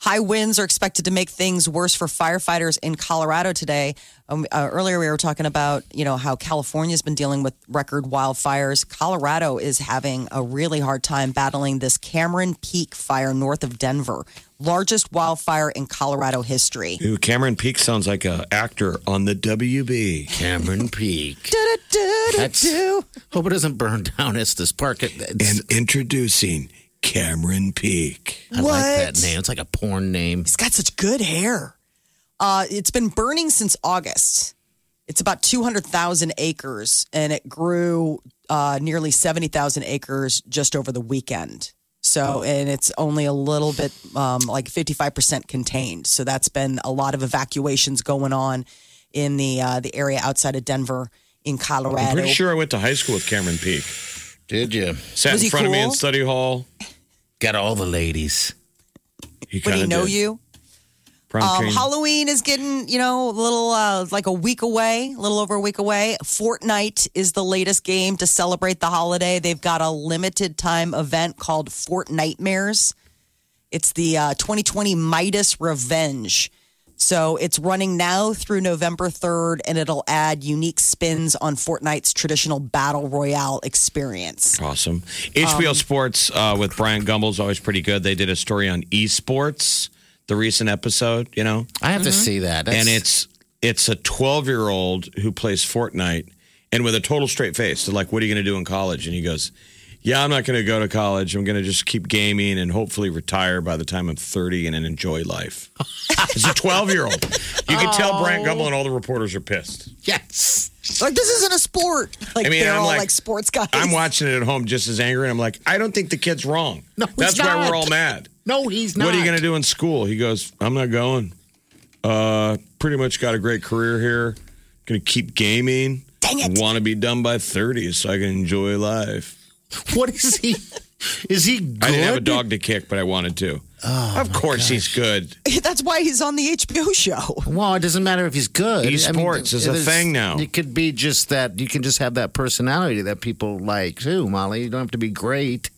Speaker 3: High winds are expected to make things worse for firefighters in Colorado today. Um, uh, earlier, we were talking about you know how California's been dealing with record wildfires. Colorado is having a really hard time battling this Cameron Peak fire north of Denver, largest wildfire in Colorado history.
Speaker 2: Ooh, Cameron Peak sounds like a actor on the WB.
Speaker 1: Cameron Peak. That's hope it doesn't burn down Estes Park. It, it's,
Speaker 2: introducing Cameron Peak.
Speaker 1: I like that name. It's like a porn name.
Speaker 3: He's got such good hair. Uh, it's been burning since August. It's about 200,000 acres and it grew uh, nearly 70,000 acres just over the weekend. So, and it's only a little bit um, like 55% contained. So, that's been a lot of evacuations going on in the, uh, the area outside of Denver in Colorado.
Speaker 2: I'm pretty sure I went to high school with Cameron Peak.
Speaker 1: Did you
Speaker 2: Sat
Speaker 3: Was
Speaker 2: in
Speaker 3: he
Speaker 2: front of me in
Speaker 3: cool?
Speaker 2: study hall.
Speaker 1: got all the ladies?
Speaker 2: He
Speaker 3: Would he
Speaker 2: kinda
Speaker 3: know
Speaker 2: did.
Speaker 3: you?
Speaker 2: Prom
Speaker 3: Um,
Speaker 2: king.
Speaker 3: Halloween is getting, you know, a little uh, like a week away, a little over a week away. Fortnite is the latest game to celebrate the holiday. They've got a limited time event called Fort Nightmares. It's the uh, 2020 Midas Revenge. So it's running now through November 3rd, and it'll add unique spins on Fortnite's traditional battle royale experience.
Speaker 2: Awesome. HBO
Speaker 3: Um,
Speaker 2: Sports uh, with Brian Gumbel is always pretty good. They did a story on esports, the recent episode, you know,
Speaker 1: I have to see that. That's-
Speaker 2: and it's it's a 12 year old who plays Fortnite and with a total straight face. They're like, "What are you going to do in college?" And he goes, "Yeah, I'm not going to go to college. I'm going to just keep gaming and hopefully retire by the time I'm 30 and then enjoy life." it's a 12 year old. You can tell Brian Gumbel and all the reporters are pissed.
Speaker 1: yes.
Speaker 3: Like, this isn't a sport. Like,
Speaker 2: I mean,
Speaker 3: they're
Speaker 2: I'm
Speaker 3: all
Speaker 2: like-
Speaker 3: like, sports guys.
Speaker 2: I'm watching it at home just as angry, and I'm like, I don't think the kid's wrong.
Speaker 1: No,
Speaker 2: That's
Speaker 1: he's
Speaker 2: why we're
Speaker 1: not.
Speaker 2: all mad.
Speaker 1: No, he's not.
Speaker 2: What are you going to do in school? He goes, I'm not going. Uh, pretty much got a great career here. Going to keep gaming.
Speaker 3: Dang it.
Speaker 2: Want to be done by 30 so I can enjoy life.
Speaker 1: What is he? Is he good? Oh,
Speaker 2: I didn't have a dog to kick, but I wanted to. of course he's good.
Speaker 3: That's why he's on the HBO show.
Speaker 1: Well, it doesn't matter if he's good.
Speaker 2: Esports is a
Speaker 1: there's-
Speaker 2: thing now.
Speaker 1: It could be just that you can just have that personality that people like too, Molly. You don't have to be great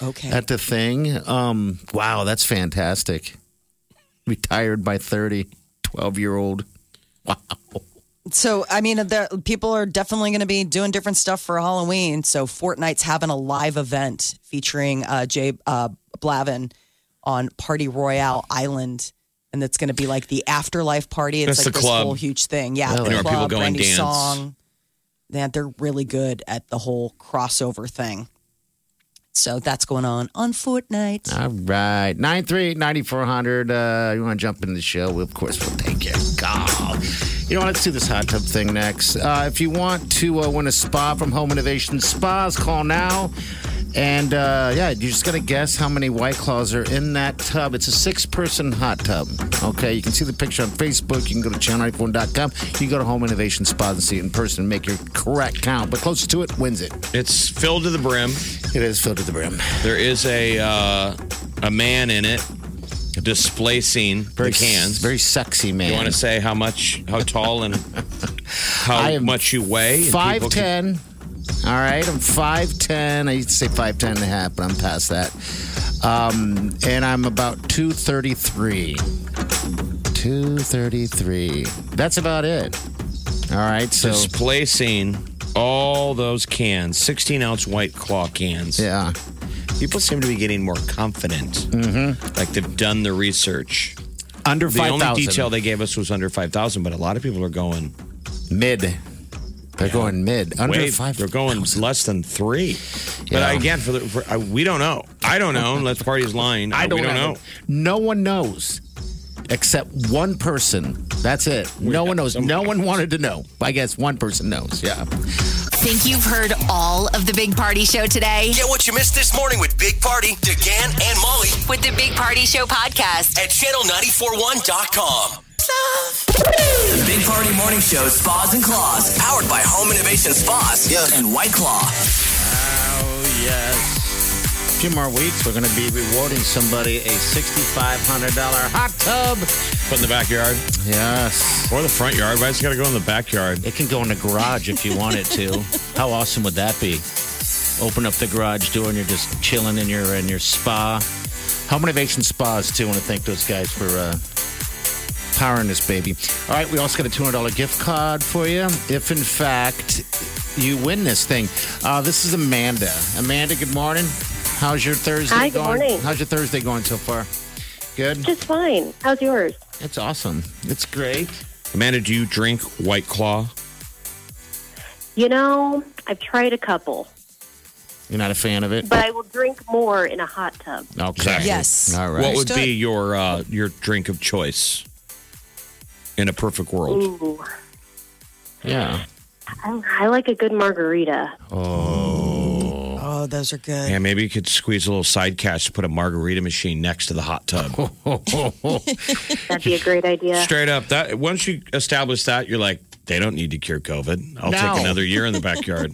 Speaker 3: Okay.
Speaker 1: at the thing. Um, wow, that's fantastic. Retired by 30, 12 year old. Wow.
Speaker 3: So, I mean, the, people are definitely going to be doing different stuff for Halloween. So, Fortnite's having a live event featuring uh, Jay uh, Blavin on Party Royale Island. And that's going to be like the afterlife party. It's
Speaker 2: That's
Speaker 3: like
Speaker 2: the
Speaker 3: this
Speaker 2: club.
Speaker 3: whole huge thing. Yeah.
Speaker 1: Really?
Speaker 2: You know,
Speaker 3: The
Speaker 2: where people
Speaker 3: club,
Speaker 2: go and dance.
Speaker 3: Brandy's Song. Yeah, they're really good at the whole crossover thing. So, that's going on on Fortnite.
Speaker 1: All right. 93 9400. Uh, you want to jump in the show? We, of course, we'll take your call. You know, what? let's do this hot tub thing next. Uh, if you want to uh, win a spa from Home Innovation Spas, call now. And uh, yeah, you just got to guess how many White Claws are in that tub. It's a six person hot tub. Okay. You can see the picture on Facebook. You can go to channel94.com. You can go to Home Innovation Spas and see it in person and make your correct count. But closer to it wins it.
Speaker 2: It's filled to the brim.
Speaker 1: It is filled to the brim.
Speaker 2: There is a uh, a man in it displacing the cans.
Speaker 1: Very sexy, man.
Speaker 2: You want to say how much, how tall, and
Speaker 1: I
Speaker 2: how
Speaker 1: am
Speaker 2: much you weigh? And
Speaker 1: Five
Speaker 2: people can-
Speaker 1: ten. All right, I'm five ten. I used to say five ten and a half, but I'm past that. Um, and I'm about two thirty three. Two thirty three. That's about it. All right, so
Speaker 2: displacing all those cans, 16 ounce white claw cans.
Speaker 1: yeah,
Speaker 2: People seem to be getting more confident. Like they've done the research.
Speaker 1: under
Speaker 2: The
Speaker 1: Mm-hmm. five
Speaker 2: only
Speaker 1: thousand.
Speaker 2: detail they gave us was under 5,000, but a lot of people are going
Speaker 1: Mid. They're going mid. Under
Speaker 2: way,
Speaker 1: five.
Speaker 2: they're going less than three.
Speaker 1: Yeah.
Speaker 2: But again, for the, for, uh, we don't know. I don't know unless party's lying.
Speaker 1: I
Speaker 2: Uh,
Speaker 1: don't,
Speaker 2: we don't
Speaker 1: have
Speaker 2: know.
Speaker 1: it. No one knows except one person. That's it. no one knows. No one wanted to know. I guess one person knows. Yeah.
Speaker 5: Think you've heard all of the Big Party Show today?
Speaker 4: Get what you missed this morning with Big Party, DeGan, and Molly
Speaker 5: With the Big Party Show podcast.
Speaker 4: at channel941.com.
Speaker 6: love.
Speaker 4: The Big Party Morning Show Spas and Claws, powered by Home Innovation Spas and White Claw.
Speaker 1: Oh, yes. A few more weeks, we're going to be rewarding somebody a $6,500 hot tub.
Speaker 2: Put in the backyard
Speaker 1: Yes.
Speaker 2: or the front yard. Why it's got to go in the backyard?
Speaker 1: It can go in the garage if you want it to. How awesome would that be? Open up the garage door and you're just chilling in your in your spa. Home Innovation Spas too. Want to thank those guys for uh, powering this baby. All right, we also got a two hundred dollar gift card for you if in fact you win this thing. Uh, this is Amanda. Amanda, good morning. How's your Thursday
Speaker 7: Hi, good
Speaker 1: going?
Speaker 7: morning.
Speaker 1: How's your Thursday going so far? Good.
Speaker 7: Just fine. How's yours?
Speaker 1: It's awesome. It's great.
Speaker 2: Amanda, do you drink White Claw?
Speaker 7: You know, I've tried a couple,
Speaker 1: You're not a fan of it.
Speaker 7: but I will drink more in a hot tub.
Speaker 1: Okay.
Speaker 3: Yes.
Speaker 1: All right.
Speaker 2: What would
Speaker 3: Understood.
Speaker 2: be your uh, your drink of choice in a perfect world?
Speaker 7: Ooh,
Speaker 1: yeah.
Speaker 7: I, I like a good margarita.
Speaker 3: Oh, those are good.
Speaker 2: Yeah, maybe you could squeeze a little side cash to put a margarita machine next to the hot tub.
Speaker 7: That'd be a great idea.
Speaker 2: Straight up, that once you establish that, you're like, they don't need to cure COVID. I'll
Speaker 1: No.
Speaker 2: take another year in the backyard.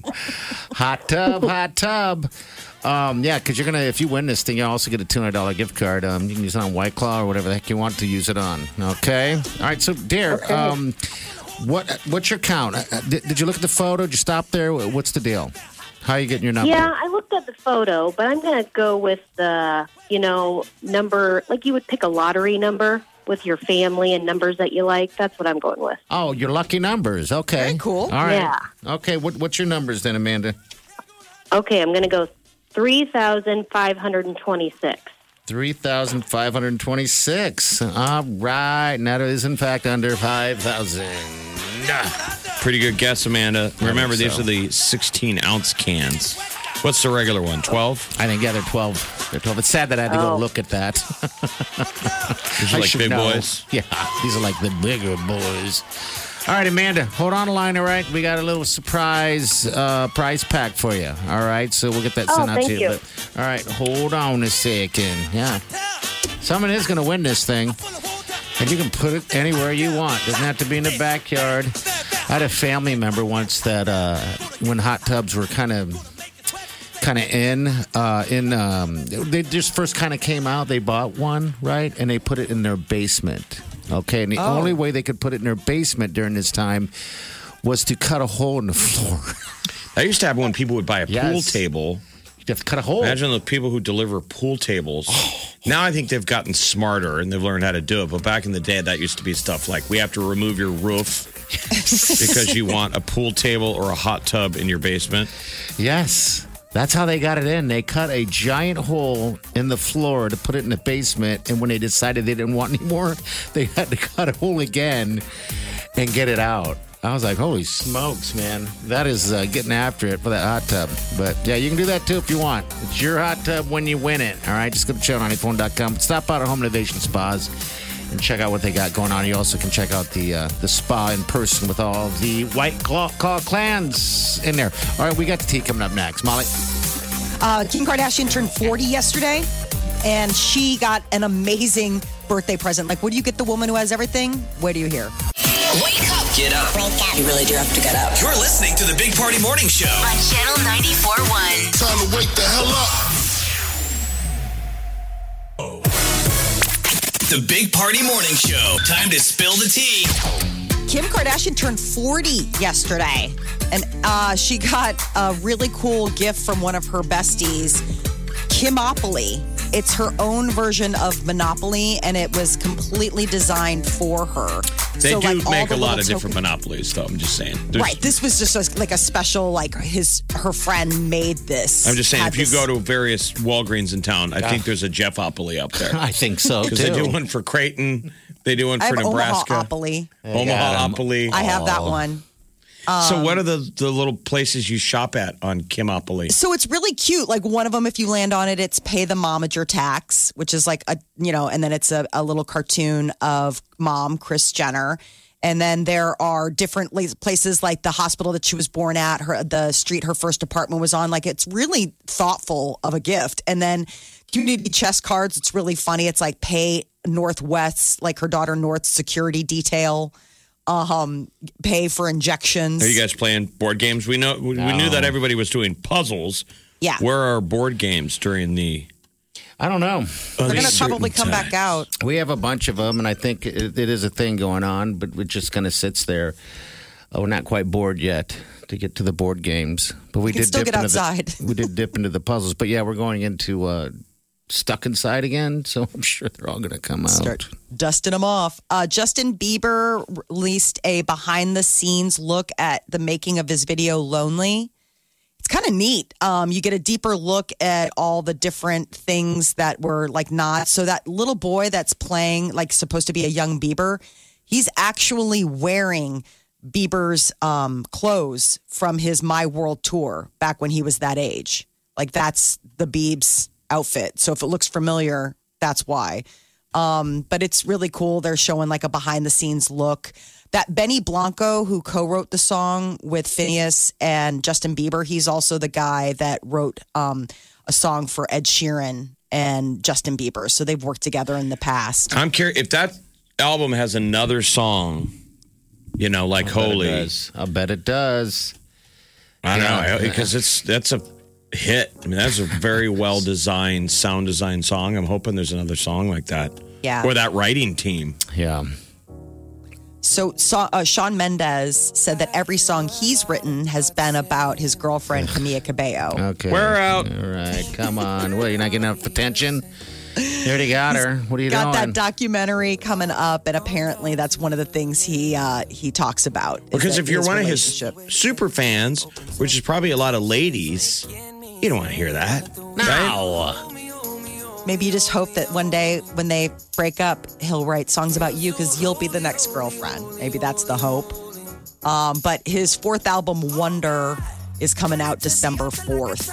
Speaker 1: Hot tub, hot tub. Um, yeah, because you're gonna if you win this thing, you also get a two hundred dollar gift card. Um, you can use it on White Claw or whatever the heck you want to use it on. Okay. All right. So, dear, um, what what's your count? Uh, uh, Did, did you look at the photo? Did you stop there? Wh- What's the deal? How are you getting your number?
Speaker 7: Yeah, I looked at the photo, but I'm going to go with the, you know, number, like you would pick a lottery number with your family and numbers that you like. That's what I'm going with.
Speaker 1: Oh, your lucky numbers. Okay.
Speaker 3: Very cool.
Speaker 1: All right.
Speaker 7: Yeah.
Speaker 1: Okay. What what's your numbers then, Amanda?
Speaker 7: Okay, I'm going to go 3,526.
Speaker 1: Three thousand five hundred twenty six. All right. Now that is in fact under five thousand.
Speaker 2: Pretty good guess, Amanda. Remember,
Speaker 1: think
Speaker 2: these
Speaker 1: so.
Speaker 2: are the 16 ounce cans. What's the regular one? 12?
Speaker 1: I think yeah, they're twelve. They're twelve. It's sad that I had to go
Speaker 7: Oh.
Speaker 1: look at that.
Speaker 2: These are
Speaker 1: I
Speaker 2: like
Speaker 1: should
Speaker 2: big
Speaker 1: know.
Speaker 2: boys.
Speaker 1: Yeah, these are like the bigger boys. All right, Amanda, hold on a line, all right? We got a little surprise uh, prize pack for you, all right? So we'll get that
Speaker 7: Oh,
Speaker 1: sent out
Speaker 7: thank
Speaker 1: to you.
Speaker 7: you.
Speaker 1: But, all right, hold on a second. Yeah. Someone is going to win this thing, and you can put it anywhere you want. Doesn't have to be in the backyard. I had a family member once that uh, when hot tubs were kind of kind of in uh in um they just first kind of came out they bought one right and they put it in their basement okay and the only way they could put it in their basement during this time was to cut a hole in the floor
Speaker 2: I used to have when people would buy a pool
Speaker 1: Yes.
Speaker 2: table.
Speaker 1: you have to cut a
Speaker 3: Oh.
Speaker 1: hole
Speaker 2: Imagine the people who deliver pool tables. Now I think they've gotten smarter and they've learned how to do it. But back in the day, that used to be stuff like we have to remove your roof because you want a pool table or a hot tub in your basement.
Speaker 1: yes that's how they got it in they cut a giant hole in the floor to put it in the basement and when they decided they didn't want any more they had to cut a hole again and get it out. I was like, holy smokes, man. That is uh, getting after it for that hot tub. But yeah, you can do that too if you want. It's your hot tub when you win it. All right, just go to channel94.com. Stop out at Home Innovation Spas and check out what they got going on. You also can check out the uh, the spa in person with all the White Claw, Claw clans in there. All right, we got the tea coming up next. Molly,
Speaker 3: Uh, Kim Kardashian turned 40 yesterday, and she got an amazing birthday present. Like, what do you get the woman who has everything? Where do you hear?
Speaker 5: Wake up
Speaker 4: Get up.
Speaker 5: You really do have to get up.
Speaker 4: You're listening to the Big Party Morning Show.
Speaker 5: On Channel 94.1.
Speaker 8: Time to wake the hell up.
Speaker 4: The Big Party Morning Show. Time to spill the tea.
Speaker 3: Kim Kardashian turned 40 yesterday, and uh, she got a really cool gift from one of her besties, Kimopoly. It's her own version of Monopoly, and it was completely designed for her.
Speaker 2: They
Speaker 3: So,
Speaker 2: do
Speaker 3: like, all
Speaker 2: make a
Speaker 3: the
Speaker 2: lot
Speaker 3: little
Speaker 2: of different
Speaker 3: tokens-
Speaker 2: monopolies, though. I'm just saying. There's-
Speaker 3: Right. This was just a, like a special, like his her friend made this.
Speaker 2: I'm just saying,
Speaker 3: had
Speaker 2: if you
Speaker 3: this-
Speaker 2: go to various Walgreens in town, I think there's a Jeffopoly up there.
Speaker 1: I think so too.
Speaker 2: Because they do one for Creighton, they do one
Speaker 3: I
Speaker 2: for
Speaker 3: have
Speaker 2: Nebraska.
Speaker 3: Omahaopoly.
Speaker 2: Omahaopoly.
Speaker 3: I have um, that one.
Speaker 2: so, what are the, the little places you shop at on Kimopoly?
Speaker 3: So it's really cute. Like one of them, if you land on it, it's pay the mom at your tax, which is like a you know, and then it's a, a little cartoon of mom Chris Jenner. And then there are different la- places like the hospital that she was born at, her the street her first apartment was on. Like it's really thoughtful of a gift. And then community chess cards. It's really funny. It's like pay Northwest, like her daughter North security detail. Um, pay for injections.
Speaker 2: Are you guys playing board games? We know we, we knew that everybody was doing puzzles.
Speaker 3: Yeah.
Speaker 2: Where are board games during the?
Speaker 1: I don't know.
Speaker 3: They're gonna probably come back out.
Speaker 1: We have a bunch of them, and I think it, it is a thing going on, but it just kind of sits there. Oh, we're not quite bored yet to get to the board games, but we
Speaker 3: can
Speaker 1: did
Speaker 3: still
Speaker 1: dip
Speaker 3: get
Speaker 1: into the-
Speaker 3: outside.
Speaker 1: we did dip into the puzzles, but yeah, we're going into uh, stuck inside again, so I'm sure they're all going to come out.
Speaker 3: start dusting them off. Uh, Justin Bieber released a behind the scenes look at the making of his video Lonely. It's kind of neat. Um, you get a deeper look at all the different things that were like not. So that little boy that's playing, like supposed to be a young Bieber, he's actually wearing Bieber's um, clothes from his My World tour back when he was that age. Like that's the Biebs outfit. So if it looks familiar, that's why. Um, but it's really cool. They're showing like a behind the scenes look. That Benny Blanco, who co wrote the song with Phineas and Justin Bieber, he's also the guy that wrote um, a song for Ed Sheeran and Justin Bieber. So they've worked together in the past.
Speaker 2: I'm curious if that album has another song. You know, like
Speaker 1: Holy.
Speaker 2: holy.
Speaker 1: I bet it does.
Speaker 2: I don't
Speaker 1: Yeah.
Speaker 2: know because it's that's a hit. I mean, that's a very well designed sound design song. I'm hoping there's another song like that.
Speaker 3: Yeah.
Speaker 2: Or that writing team.
Speaker 1: Yeah.
Speaker 3: So, so uh, Sean Mendez said that every song he's written has been about his girlfriend, Camilla Cabello.
Speaker 1: Okay.
Speaker 2: We're out.
Speaker 1: All right. Come on. What, you're not getting enough attention? You already got her. What are you
Speaker 3: Got
Speaker 1: doing?
Speaker 3: that documentary coming up, and apparently that's one of the things he uh, he talks about. is
Speaker 2: Because
Speaker 3: that
Speaker 2: if you're one of his
Speaker 3: relationship.
Speaker 2: super fans, which is probably a lot of ladies, you don't want to hear that. No.
Speaker 3: Maybe you just hope that one day when they break up, he'll write songs about you because you'll be the next girlfriend. Maybe that's the hope. Um, but his fourth album, Wonder, is coming out December 4th.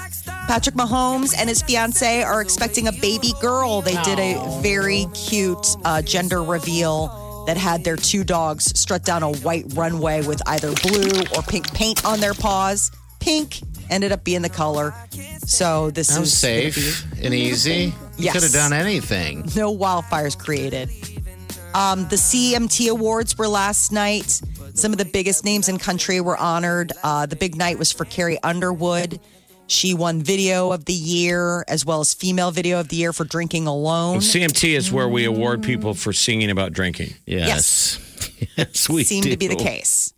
Speaker 3: Patrick Mahomes and his fiance are expecting a baby girl. They did a very cute uh, gender reveal that had their two dogs strut down a white runway with either blue or pink paint on their paws. Pink ended up being the color. So this
Speaker 1: I'm
Speaker 3: is
Speaker 1: safe and easy. You
Speaker 3: Yes.
Speaker 1: could have done anything.
Speaker 3: no wildfires created. Um, the CMT Awards were last night. Some of the biggest names in country were honored. Uh, the big night was for Carrie Underwood. She won Video of the Year as well as Female Video of the Year for Drinking Alone.
Speaker 2: CMT is where we award people for singing about drinking.
Speaker 1: Yes. Yes, we
Speaker 3: seemed to be the
Speaker 1: do.
Speaker 3: case.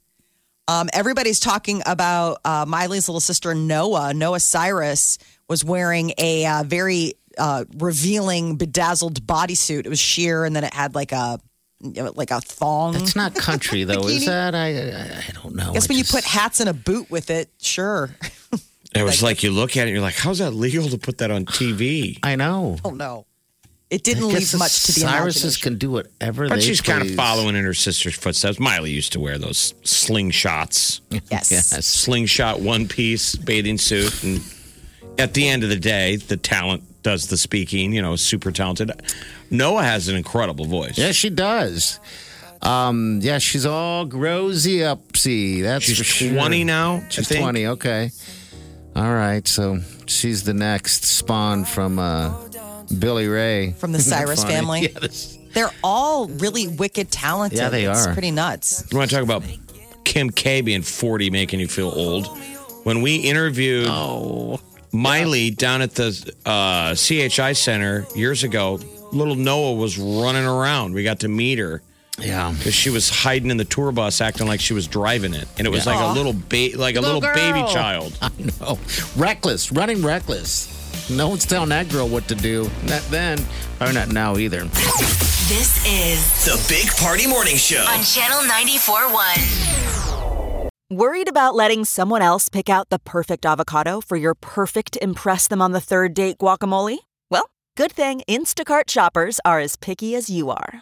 Speaker 3: Um, everybody's talking about uh, Miley's little sister Noah. Noah Cyrus was wearing a uh, very uh, revealing, bedazzled bodysuit. It was sheer, and then it had like a you know, like a thong.
Speaker 1: It's not country though, is that? I I, I don't know.
Speaker 3: I guess
Speaker 1: I
Speaker 3: when you
Speaker 1: just-
Speaker 3: put hats in a boot with it, sure.
Speaker 2: It was like, you look at it and you're like, how's that legal to put that on TV?
Speaker 1: I know.
Speaker 3: Oh no,
Speaker 1: I
Speaker 3: it didn't
Speaker 1: guess
Speaker 3: leave much to the
Speaker 1: Cyruses
Speaker 3: imagination.
Speaker 1: can do whatever
Speaker 2: But
Speaker 1: they
Speaker 2: she's kind of
Speaker 1: please.
Speaker 2: following in her sister's footsteps. Miley used to wear those slingshots,
Speaker 3: Yes.
Speaker 1: Yes.
Speaker 2: slingshot one piece bathing suit. And at the end of the day, the talent does the speaking, you know, super talented. Noah has an incredible voice.
Speaker 1: Yeah, she does. Um, yeah, she's all rosy upsy. That's
Speaker 2: She's
Speaker 1: for sure.
Speaker 2: 20 now.
Speaker 1: She's
Speaker 2: I think.
Speaker 1: 20. Okay. All right. So she's the next spawn from uh, Billy Ray.
Speaker 3: From the Cyrus
Speaker 1: Funny.
Speaker 3: family,
Speaker 1: Yeah, this-
Speaker 3: they're all really wicked talented.
Speaker 1: Yeah, they
Speaker 3: It's
Speaker 1: are.
Speaker 3: pretty nuts.
Speaker 2: You want to talk about Kim K being 40 making you feel old? When we interviewed Miley down at the uh, CHI Center years ago, little Noah was running around. We got to meet her
Speaker 1: yeah.
Speaker 2: because she was hiding in the tour bus acting like she was driving it. And it was like a little ba- like a little, baby child.
Speaker 1: Oh, reckless, running reckless. No one's telling that girl what to do. Not then, or not now either.
Speaker 5: This is
Speaker 4: The Big Party Morning Show.
Speaker 5: on Channel 94.1.
Speaker 8: Worried about letting someone else pick out the perfect avocado for your perfect Impress Them on the Third Date guacamole? Well, good thing Instacart shoppers are as picky as you are.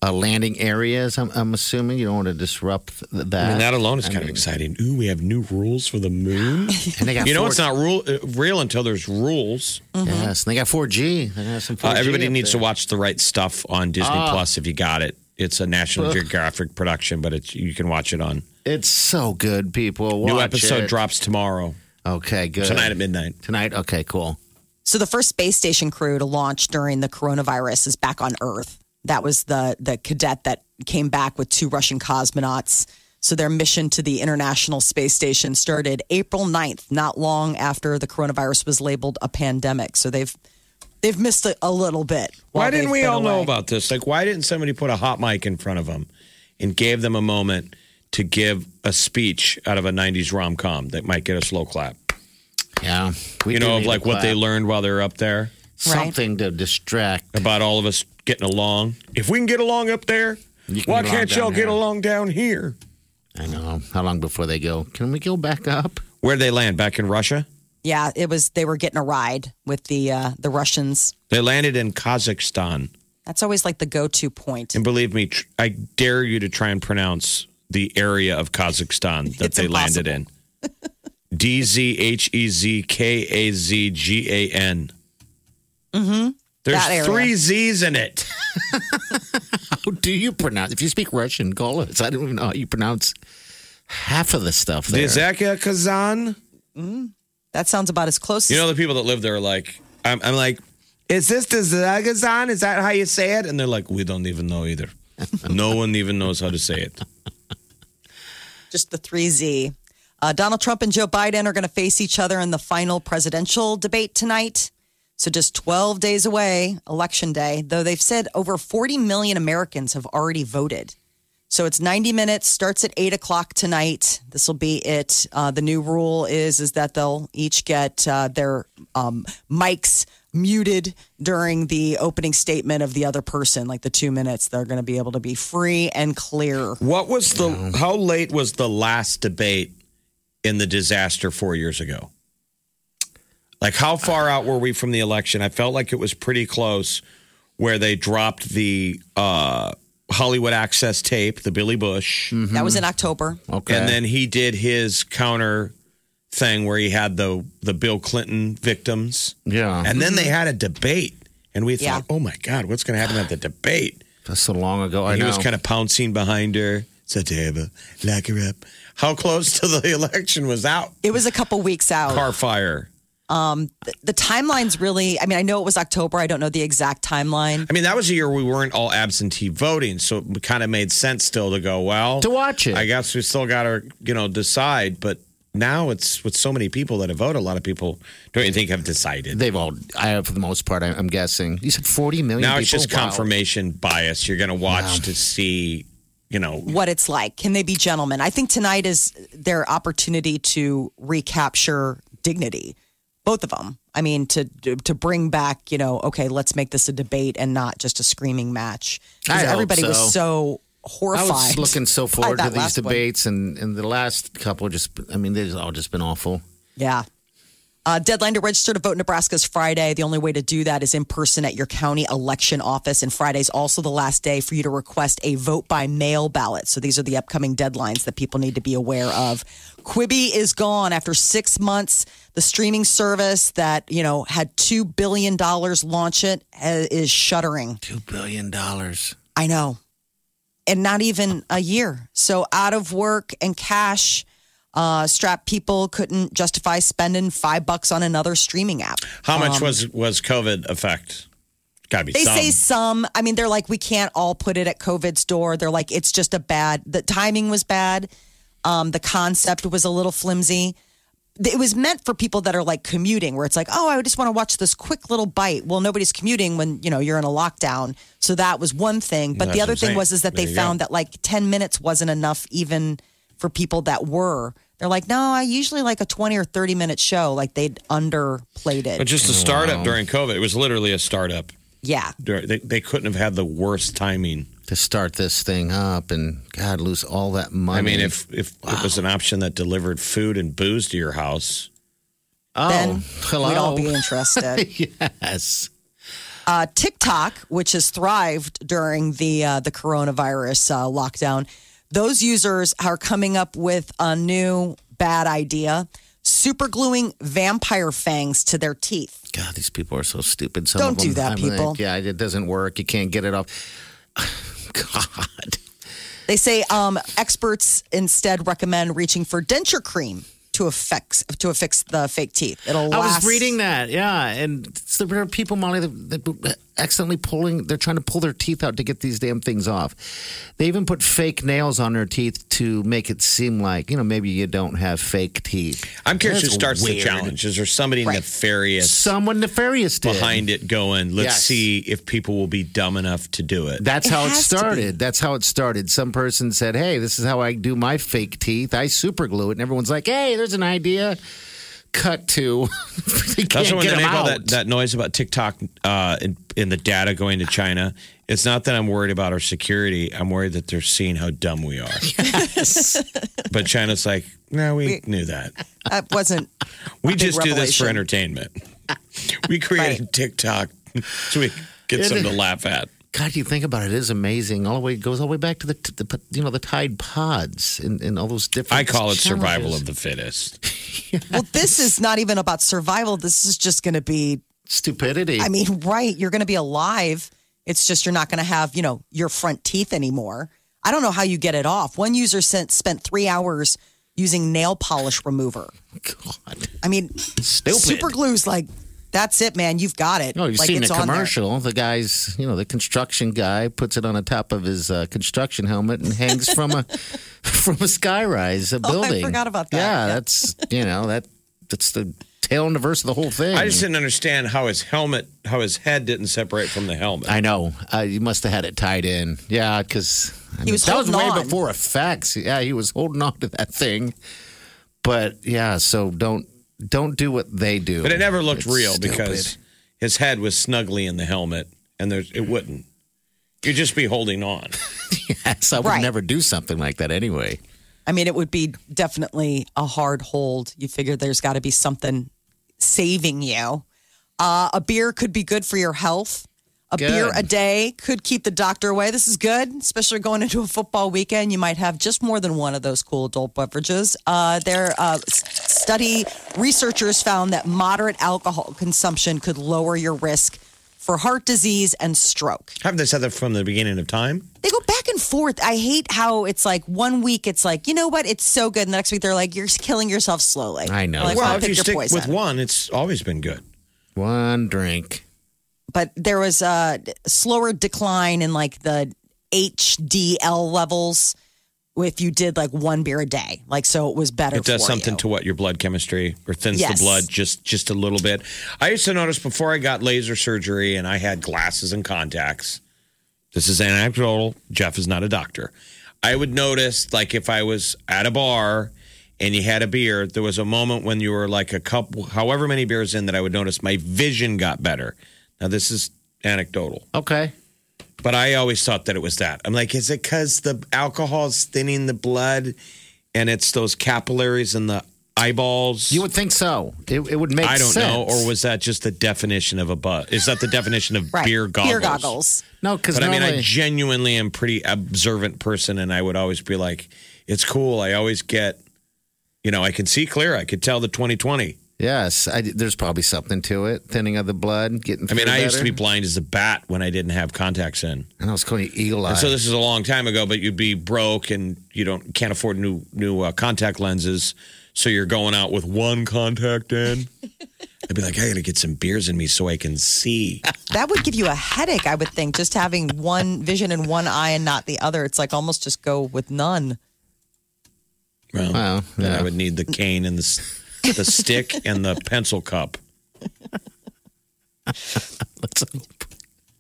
Speaker 1: uh, landing areas. I'm, I'm assuming you don't want to disrupt th- that.
Speaker 2: I mean, that alone
Speaker 1: Uh,
Speaker 2: is kind of exciting. Ooh, we have new rules for the moon.
Speaker 1: And they got
Speaker 2: you know,
Speaker 1: four-
Speaker 2: it's not rule, uh, real until there's rules.
Speaker 1: Yes, and they got 4G. They're gonna have some 4G
Speaker 2: Uh, everybody
Speaker 1: up
Speaker 2: needs
Speaker 1: there.
Speaker 2: to watch the right stuff on Disney
Speaker 1: Ah.
Speaker 2: Plus if you got it. It's a National Geographic production, but it's you can watch it on.
Speaker 1: It's so good, people.
Speaker 2: new
Speaker 1: Watch
Speaker 2: episode
Speaker 1: it.
Speaker 2: drops tomorrow
Speaker 1: Okay, good.
Speaker 2: tonight at midnight.
Speaker 1: Tonight? Okay, cool.
Speaker 3: So the first space station crew to launch during the coronavirus is back on Earth. That was the the cadet that came back with two Russian cosmonauts. So their mission to the International Space Station started April 9th, not long after the coronavirus was labeled a pandemic. So they've they've missed it a little bit.
Speaker 2: Why
Speaker 3: while
Speaker 2: didn't
Speaker 3: they've
Speaker 2: we
Speaker 3: been
Speaker 2: all know
Speaker 3: away.
Speaker 2: about this? Like, why didn't somebody put a hot mic in front of them and gave them a moment to give a speech out of a '90s rom com that might get a slow clap?
Speaker 1: Yeah. We
Speaker 2: you
Speaker 1: do
Speaker 2: know, of
Speaker 1: need
Speaker 2: like
Speaker 1: to
Speaker 2: what they
Speaker 1: clap.
Speaker 2: learned while they were up there
Speaker 1: Something to distract.
Speaker 2: about all of us getting along. If we can get along up there,
Speaker 1: You can
Speaker 2: why
Speaker 1: get along
Speaker 2: can't
Speaker 1: down
Speaker 2: y'all get
Speaker 1: here.
Speaker 2: along down here?
Speaker 1: I know. How long before they go? Can we go back up?
Speaker 2: Where'd they land? Back in Russia?
Speaker 3: Yeah, it was they were getting a ride with the uh, the Russians.
Speaker 2: They landed in Kazakhstan.
Speaker 3: That's always like the go-to point.
Speaker 2: And believe me, tr- I dare you to try and pronounce the area of Kazakhstan that
Speaker 3: It's
Speaker 2: they landed in. D Z H E Z K A Z G A N. Mm-hmm.
Speaker 3: Mm-hmm. That area.
Speaker 2: There's three Z's in it.
Speaker 1: How do you pronounce? If you speak Russian, call us. I don't even know how you pronounce half of the stuff there.
Speaker 2: Dizeka Kazan.
Speaker 3: That sounds about as close.
Speaker 2: You know, the people that live there are like, I'm, I'm like, is this Dizekazan? Is that how you say it? And they're like, we don't even know either. no one even knows how to say it.
Speaker 3: just the three Z. Uh, Donald Trump and Joe Biden are going to face each other in the final presidential debate tonight. So just 12 days away, election day, though they've said over 40 million Americans have already voted. So it's 90 minutes, starts at 8 o'clock tonight. This will be it. Uh, the new rule is, is that they'll each get uh, their um, mics muted during the opening statement of the other person, like the two minutes. They're going to be able to be free and clear.
Speaker 2: What was the, how late was the last debate in the disaster four years ago? Like, how far out were we from the election? I felt like it was pretty close where they dropped the uh, Hollywood Access tape, the Billy Bush.
Speaker 3: That was in October.
Speaker 1: okay.
Speaker 2: And then he did his counter thing where he had the the Bill Clinton victims.
Speaker 1: yeah.
Speaker 2: And then they had a debate. And we
Speaker 3: Yeah.
Speaker 2: thought, oh my God, what's going to happen at the debate?
Speaker 1: That's so long ago. I
Speaker 2: he
Speaker 1: know.
Speaker 2: was kind of pouncing behind her. It's a table. Lock her up. How close to the election was out?
Speaker 3: It was a couple weeks out.
Speaker 2: Car fire.
Speaker 3: the timeline's really, I mean, I know it was October. I don't know the exact timeline.
Speaker 2: I mean, that was a year we weren't all absentee voting. So it kind of made sense still to go, well,
Speaker 1: To watch it.
Speaker 2: I guess we still got to, you know, decide. But now it's with so many people that have voted, a lot of people don't even think have decided.
Speaker 1: They've all, I for the most part, I, I'm guessing. You said 40 million
Speaker 2: Now
Speaker 1: people?
Speaker 2: it's just
Speaker 1: Wow.
Speaker 2: confirmation bias. You're going to watch to see, you know,
Speaker 3: What it's like. Can they be gentlemen? I think tonight is their opportunity to recapture dignity, both of them. I mean, to to bring back, you know, okay, let's make this a debate and not just a screaming match. 'Cause
Speaker 1: I hope
Speaker 3: everybody was so
Speaker 1: I
Speaker 3: horrified.
Speaker 1: was looking so forward
Speaker 3: by
Speaker 1: to
Speaker 3: that
Speaker 1: these
Speaker 3: last one.
Speaker 1: debates, and, and the last couple just, I mean, they've all just been awful.
Speaker 3: Yeah. Uh, deadline to register to vote in Nebraska is Friday. The only way to do that is in person at your county election office. And Friday's also the last day for you to request a vote by mail ballot. So these are the upcoming deadlines that people need to be aware of. Quibi is gone after six months. The streaming service that, you know, had $2 billion launch it uh, is shuttering.
Speaker 1: $2 billion.
Speaker 3: I know. And not even a year. So out of work and cash, uh, strapped people couldn't justify spending five bucks on another streaming app.
Speaker 2: How much
Speaker 3: Um,
Speaker 2: was was COVID affect? Got to be
Speaker 3: They
Speaker 2: some.
Speaker 3: say some. I mean, they're like, we can't all put it at COVID's door. They're like, it's just a bad. The timing was bad. Um, the concept was a little flimsy. It was meant for people that are like commuting, where it's like, oh, I just want to watch this quick little bite. Well, nobody's commuting when you know you're in a lockdown. So that was one thing. But
Speaker 2: That's
Speaker 3: the other
Speaker 2: what I'm
Speaker 3: thing
Speaker 2: saying.
Speaker 3: was is that
Speaker 2: There
Speaker 3: they
Speaker 2: you
Speaker 3: found
Speaker 2: go.
Speaker 3: that like ten minutes wasn't enough even for people that were. They're like, no, I usually like a twenty or thirty minute show. Like they'd underplayed it.
Speaker 2: But just a startup during COVID. It was literally a startup.
Speaker 3: yeah.
Speaker 2: Dur- They, they couldn't have had the worst timing.
Speaker 1: to start this thing up and God lose all that money.
Speaker 2: I mean, if if it was an option that delivered food and booze to your house,
Speaker 1: oh,
Speaker 3: then
Speaker 1: hello.
Speaker 3: we'd all be interested.
Speaker 1: yes.
Speaker 3: uh, TikTok, which has thrived during the uh, the coronavirus uh, lockdown, those users are coming up with a new bad idea: super gluing vampire fangs to their teeth.
Speaker 1: God, these people are so stupid. Some
Speaker 3: Don't
Speaker 1: of them,
Speaker 3: do
Speaker 1: I'm
Speaker 3: that,
Speaker 1: like,
Speaker 3: people.
Speaker 1: yeah, it doesn't work. You can't get it off. God.
Speaker 3: They say um, experts instead recommend reaching for denture cream to affix to affix the fake teeth. It'll.
Speaker 1: I
Speaker 3: Last
Speaker 1: was reading that, yeah, and it's the, there are people, Molly, that, that accidentally pulling. They're trying to pull their teeth out to get these damn things off. They even put fake nails on their teeth to make it seem like you know maybe you don't have fake teeth.
Speaker 2: I'm curious
Speaker 1: That's
Speaker 2: who starts the
Speaker 1: weird.
Speaker 2: challenge. Is there somebody nefarious
Speaker 1: Someone nefarious did.
Speaker 2: behind it going? Let's
Speaker 1: Yes.
Speaker 2: see if people will be dumb enough to do it.
Speaker 1: That's
Speaker 3: It
Speaker 1: how it
Speaker 3: has to
Speaker 1: started. That's how it started. Some person said, "Hey, this is how I do my fake teeth. I super glue it." And everyone's like, "Hey, there's an idea." Cut to. they
Speaker 2: That's
Speaker 1: can't
Speaker 2: when
Speaker 1: get them
Speaker 2: they make
Speaker 1: out.
Speaker 2: all that, that noise about TikTok uh, in, in the data going to China. It's not that I'm worried about our security. I'm worried that they're seeing how dumb we are. but China's like, no, we, knew that.
Speaker 3: That wasn't.
Speaker 2: We
Speaker 3: big
Speaker 2: just do this for
Speaker 3: revelation.
Speaker 2: entertainment. we created
Speaker 3: Right.
Speaker 2: TikTok so we get
Speaker 1: It-
Speaker 2: something to laugh at.
Speaker 1: God, you think about it, it is amazing. All the way it goes all the way back to the, the you know the Tide Pods and, and all those different.
Speaker 2: I call it survival
Speaker 1: challenges.
Speaker 2: of the fittest.
Speaker 3: Well, this is not even about survival. This is just going to be
Speaker 1: stupidity.
Speaker 3: I mean, right. You're going to be alive. It's just you're not going to have, you know, your front teeth anymore. I don't know how you get it off. One user sent, spent three hours using nail polish remover.
Speaker 1: God,
Speaker 3: I mean,
Speaker 1: stupid.
Speaker 3: super glue's like, that's it, man. You've got it.
Speaker 1: No, Oh, you've
Speaker 3: like,
Speaker 1: seen the
Speaker 3: it's on there.
Speaker 1: commercial. The guy's, you know, the construction guy puts it on the top of his uh, construction helmet and hangs from a from a skyrise, a
Speaker 3: Oh, I
Speaker 1: building.
Speaker 3: forgot about that.
Speaker 1: Yeah,
Speaker 3: Yeah.
Speaker 1: that's you know that that's the tail and the verse of the whole thing.
Speaker 2: I just didn't understand how his helmet, how his head didn't separate from the helmet.
Speaker 1: I know. Uh, you must have had it tied in. Yeah, because
Speaker 3: He was
Speaker 1: that was way
Speaker 3: holding on.
Speaker 1: before effects. Yeah, he was holding on to that thing. But yeah, so don't don't do what they do.
Speaker 2: But it never looked
Speaker 1: It's
Speaker 2: real
Speaker 1: stupid.
Speaker 2: because his head was snugly in the helmet, and there's it wouldn't. You'd just be holding on.
Speaker 1: yes, I would
Speaker 3: Right.
Speaker 1: never do something like that anyway.
Speaker 3: I mean, it would be definitely a hard hold. You figure there's got to be something saving you. Uh, a beer could be good for your health. A
Speaker 1: Good.
Speaker 3: beer a day could keep the doctor away. This is good, especially going into a football weekend. You might have just more than one of those cool adult beverages. Uh, their uh, s- study researchers found that moderate alcohol consumption could lower your risk for heart disease and stroke
Speaker 2: Haven't they said that from the beginning of time?
Speaker 3: they go back and forth. I hate how it's like one week it's like, you know what, it's so good. And the next week they're like, you're killing yourself slowly.
Speaker 1: I know.
Speaker 3: Like,
Speaker 1: Well,
Speaker 3: well,
Speaker 2: if you
Speaker 3: pick your
Speaker 2: stick
Speaker 3: poison.
Speaker 2: with one, it's always been good.
Speaker 1: One drink.
Speaker 3: but there was a slower decline in like the HDL levels if you did like one beer a day. Like, so it was better.
Speaker 2: It does
Speaker 3: for
Speaker 2: something
Speaker 3: you.
Speaker 2: to what your blood chemistry or thins
Speaker 3: Yes.
Speaker 2: the blood just just a little bit. I used to notice before I got laser surgery and I had glasses and contacts. This is anecdotal. Jeff is not a doctor. I would notice like if I was at a bar and you had a beer, there was a moment when you were like a couple, however many beers in, that I would notice my vision got better. Now this is anecdotal.
Speaker 1: Okay.
Speaker 2: But I always thought that it was that. I'm like, is it because the alcohol's thinning the blood and it's those capillaries in the eyeballs?
Speaker 1: You would think so. It, it would make
Speaker 2: I don't
Speaker 1: sense.
Speaker 2: know. Or was that just the definition of a buzz? Is that the definition of
Speaker 3: Right.
Speaker 2: beer goggles?
Speaker 3: Beer goggles.
Speaker 1: No, because
Speaker 2: But I mean, I
Speaker 1: normally-
Speaker 2: genuinely am pretty observant person, and I would always be like, "It's cool." I always get, you know, I can see clear. I could tell the 2020.
Speaker 1: Yes, I, there's probably something to it. Thinning of the blood, getting.
Speaker 2: I mean,
Speaker 1: through
Speaker 2: I used to be
Speaker 1: better.
Speaker 2: blind as a bat when I didn't have contacts in.
Speaker 1: And I was calling you eagle eye.
Speaker 2: And so this is a long time ago, but you'd be broke and you don't can't afford new new uh, contact lenses, so you're going out with one contact in. I'd be like, I gotta get some beers in me so I can see.
Speaker 3: That would give you a headache, I would think, just having one vision in one eye and not the other. It's like almost just go with none.
Speaker 2: Well,
Speaker 1: Wow,
Speaker 2: then
Speaker 1: yeah.
Speaker 2: I would need the cane and the s- the stick and the pencil cup.
Speaker 1: Let's hope.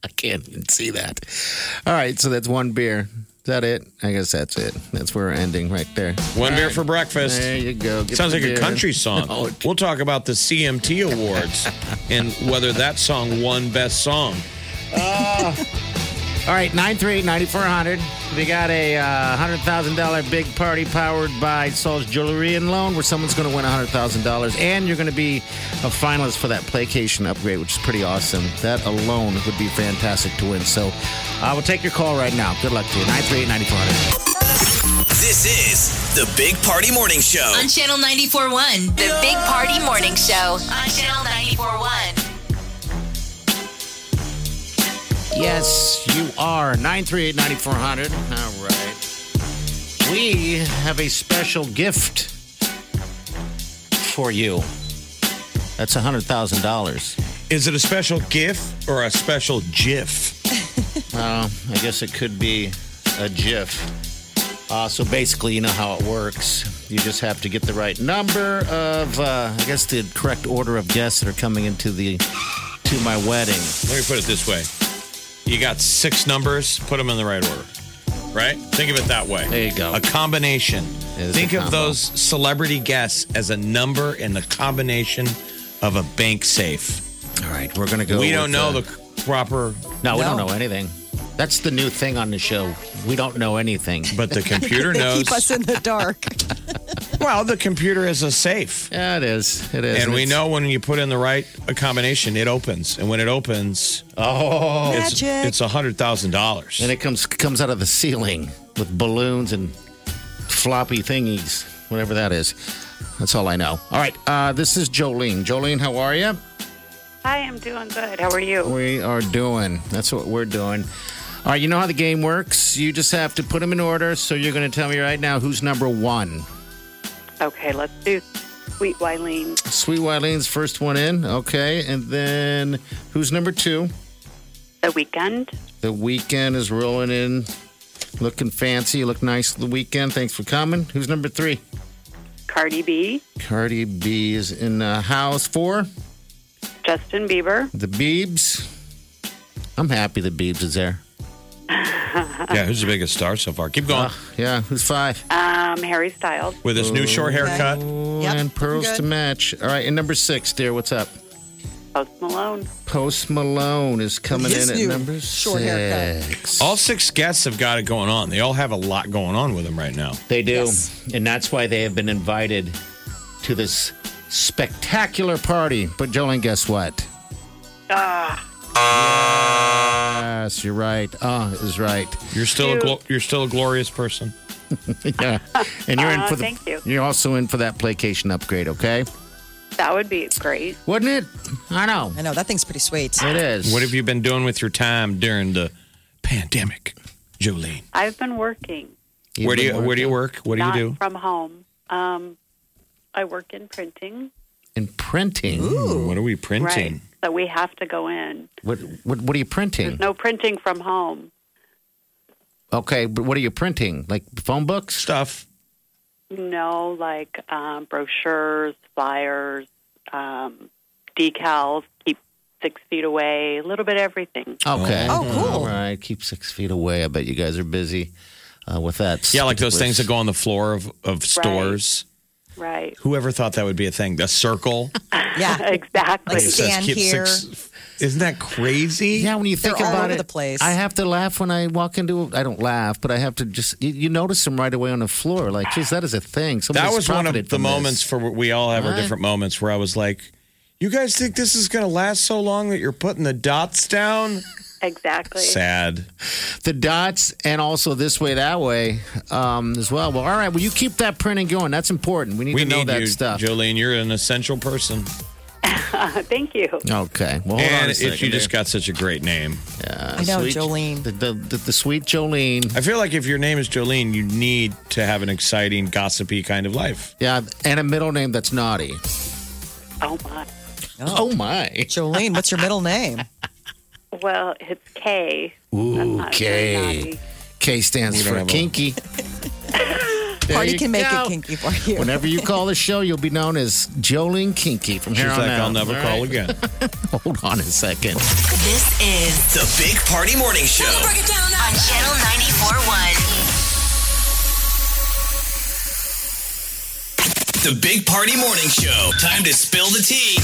Speaker 1: I can't even see that. All right, so that's one beer. Is that it? I guess that's it. That's where we're ending right there.
Speaker 2: One beer for breakfast.
Speaker 1: There you go. Get
Speaker 2: Sounds
Speaker 1: the
Speaker 2: like
Speaker 1: beer. Oh,
Speaker 2: a country song.
Speaker 1: No.
Speaker 2: We'll talk about the CMT awards and whether that song won best song.
Speaker 1: All right, 938-9400. We got a uh, $100,000 big party powered by Saul's Jewelry and Loan where someone's going to win $100,000 and you're going to be a finalist for that Playcation upgrade, which is pretty awesome. That alone would be fantastic to win. So I will take your call right now. Good luck to you. 938-9400.
Speaker 4: This is the Big Party Morning Show.
Speaker 5: On Channel 94.1, the Big Party Morning Show. On Channel 94.1.
Speaker 1: Yes, you are. 938-9400. All right. We have a special gift for you. That's $100,000.
Speaker 2: Is it a special GIF or a special GIF?
Speaker 1: Uh, I guess it could be a GIF. Uh, so basically, you know how it works. You just have to get the right number of, uh, I guess, the correct order of guests that are coming into the to my wedding.
Speaker 2: Let me put it this way: you got six numbers, put them in the right order. Right? Think of it that way.
Speaker 1: There you go.
Speaker 2: A combination.
Speaker 1: It is
Speaker 2: Think
Speaker 1: a
Speaker 2: of
Speaker 1: combo.
Speaker 2: those celebrity guests as a number in the combination of a bank safe.
Speaker 1: All right, we're gonna go.
Speaker 2: we
Speaker 1: with
Speaker 2: don't know the, proper,
Speaker 1: No, we don't
Speaker 3: No.
Speaker 1: know anything. That's the new thing on the show. We don't know anything.
Speaker 2: but the computer
Speaker 3: They
Speaker 2: knows.
Speaker 3: keep us in the dark.
Speaker 2: Well, the computer is a safe.
Speaker 1: Yeah, it is. It is.
Speaker 2: And we
Speaker 1: It's-
Speaker 2: know when you put in the right combination, it opens. And when it opens,
Speaker 1: Oh,
Speaker 2: it's
Speaker 3: Magic.
Speaker 2: it's hundred thousand dollars.
Speaker 1: and it comes comes out of the ceiling with balloons and floppy thingies, whatever that is. That's all I know. All right, uh, this is Jolene. Jolene, how are you?
Speaker 9: Hi, I'm doing good. How are you?
Speaker 1: We are doing. That's what we're doing. All right, you know how the game works. You just have to put them in order. So you're going to tell me right now who's number one.
Speaker 9: Okay, let's do Sweet Wileen.
Speaker 1: Sweet Wileen's first one in. Okay, and then who's number two?
Speaker 9: The Weekend.
Speaker 1: The weekend is rolling in, looking fancy. You look nice. The weekend. Thanks for coming. Who's number three?
Speaker 9: Cardi B.
Speaker 1: Cardi B is in the house. Four.
Speaker 9: Justin Bieber.
Speaker 1: The Beebs. I'm happy the Beebs is there.
Speaker 2: yeah, who's the biggest star so far? Keep going
Speaker 1: Uh, yeah, who's five?
Speaker 9: Um, Harry Styles.
Speaker 2: with this new short haircut.
Speaker 3: Yep,
Speaker 1: and pearls
Speaker 3: looking
Speaker 1: to
Speaker 3: good.
Speaker 1: match. All right, and number six, dear, what's up?
Speaker 9: Post Malone.
Speaker 1: Post Malone is coming
Speaker 3: His
Speaker 1: in at
Speaker 3: new
Speaker 1: number
Speaker 3: short haircut.
Speaker 1: six.
Speaker 2: All six guests have got it going on. They all have a lot going on with them right now.
Speaker 1: They do,
Speaker 3: Yes.
Speaker 1: and that's why they have been invited to this spectacular party. But Jolene, guess what? Ah. Yes, you're right. Ah, is right.
Speaker 2: You're still a glo- you're still a glorious person.
Speaker 1: Yeah, and you're in
Speaker 9: Aw,
Speaker 1: for the.
Speaker 9: Uh, thank you.
Speaker 1: You're also in for that placation upgrade, okay?
Speaker 9: That would be great.
Speaker 1: Wouldn't it? I know
Speaker 3: I know, that thing's pretty sweet.
Speaker 1: it is.
Speaker 2: What have you been doing with your time during the pandemic, Jolene?
Speaker 9: I've been working
Speaker 1: You've
Speaker 2: where do you
Speaker 1: been
Speaker 2: where do you work? What do you
Speaker 9: not
Speaker 2: do?
Speaker 9: from home. Um, I work in printing.
Speaker 1: in printing?
Speaker 2: What are we printing?
Speaker 9: Right. So we have to go in.
Speaker 1: What, what what are you printing?
Speaker 9: There's no printing from home.
Speaker 1: Okay, but what are you printing? Like phone books?
Speaker 2: Stuff.
Speaker 9: No, like um, brochures, flyers, um, decals. Keep six feet away. A little bit of everything.
Speaker 1: Okay.
Speaker 3: Oh, cool.
Speaker 1: All right, keep six feet away. I bet you guys are busy uh, with that.
Speaker 2: Yeah, like those things that go on the floor of, of stores.
Speaker 9: Right.
Speaker 2: Whoever thought that would be a thing? The circle.
Speaker 3: Yeah.
Speaker 9: Exactly.
Speaker 3: Like stand here.
Speaker 2: Isn't that crazy?
Speaker 1: Yeah, when you
Speaker 3: They're
Speaker 1: think
Speaker 3: all
Speaker 1: about
Speaker 3: over
Speaker 1: it,
Speaker 3: the place.
Speaker 1: I have to laugh when I walk into. I don't laugh, but I have to just. You, you notice them right away on the floor. Like, geez, that is a thing.
Speaker 2: that
Speaker 1: Somebody's
Speaker 2: was one
Speaker 1: profited
Speaker 2: of the
Speaker 1: from this.
Speaker 2: moments for we all have our
Speaker 1: What?
Speaker 2: different moments where I was like, "You guys think this is going to last so long that you're putting the dots down?"
Speaker 9: Exactly.
Speaker 2: Sad.
Speaker 1: The dots and also this way, that way um, as well. Well, all right. Well, you keep that printing going. That's important. We need
Speaker 2: we
Speaker 1: to know
Speaker 2: need
Speaker 1: that
Speaker 2: you,
Speaker 1: stuff.
Speaker 2: Jolene. You're an essential person.
Speaker 9: Thank you.
Speaker 1: Okay. Well, hold on
Speaker 2: and
Speaker 1: a
Speaker 2: it-
Speaker 1: second
Speaker 2: you
Speaker 1: there.
Speaker 2: just got such a great name.
Speaker 1: Yeah,
Speaker 3: I know, Oh, Jolene.
Speaker 1: The, the, the, the sweet Jolene.
Speaker 2: I feel like if your name is Jolene, you need to have an exciting, gossipy kind of life.
Speaker 1: Yeah, and a middle name that's naughty.
Speaker 9: Oh my.
Speaker 1: Oh, my.
Speaker 3: Jolene, what's your middle name?
Speaker 9: Well, it's K.
Speaker 1: Ooh,
Speaker 9: not very
Speaker 1: K.
Speaker 9: naughty.
Speaker 1: K stands
Speaker 2: We don't
Speaker 1: for
Speaker 2: have a-
Speaker 1: kinky. There
Speaker 3: Party
Speaker 1: you
Speaker 3: can make
Speaker 1: go.
Speaker 3: it kinky for you.
Speaker 1: Whenever you call the show, you'll be known as Jolene Kinky from
Speaker 2: She's
Speaker 1: here on
Speaker 2: like,
Speaker 1: out.
Speaker 2: I'll never
Speaker 1: All
Speaker 2: call
Speaker 1: right.
Speaker 2: again.
Speaker 1: Hold on a second.
Speaker 5: This is
Speaker 4: The Big Party Morning Show.
Speaker 5: on Channel 94.1.
Speaker 4: The Big Party Morning Show. Time to spill the tea.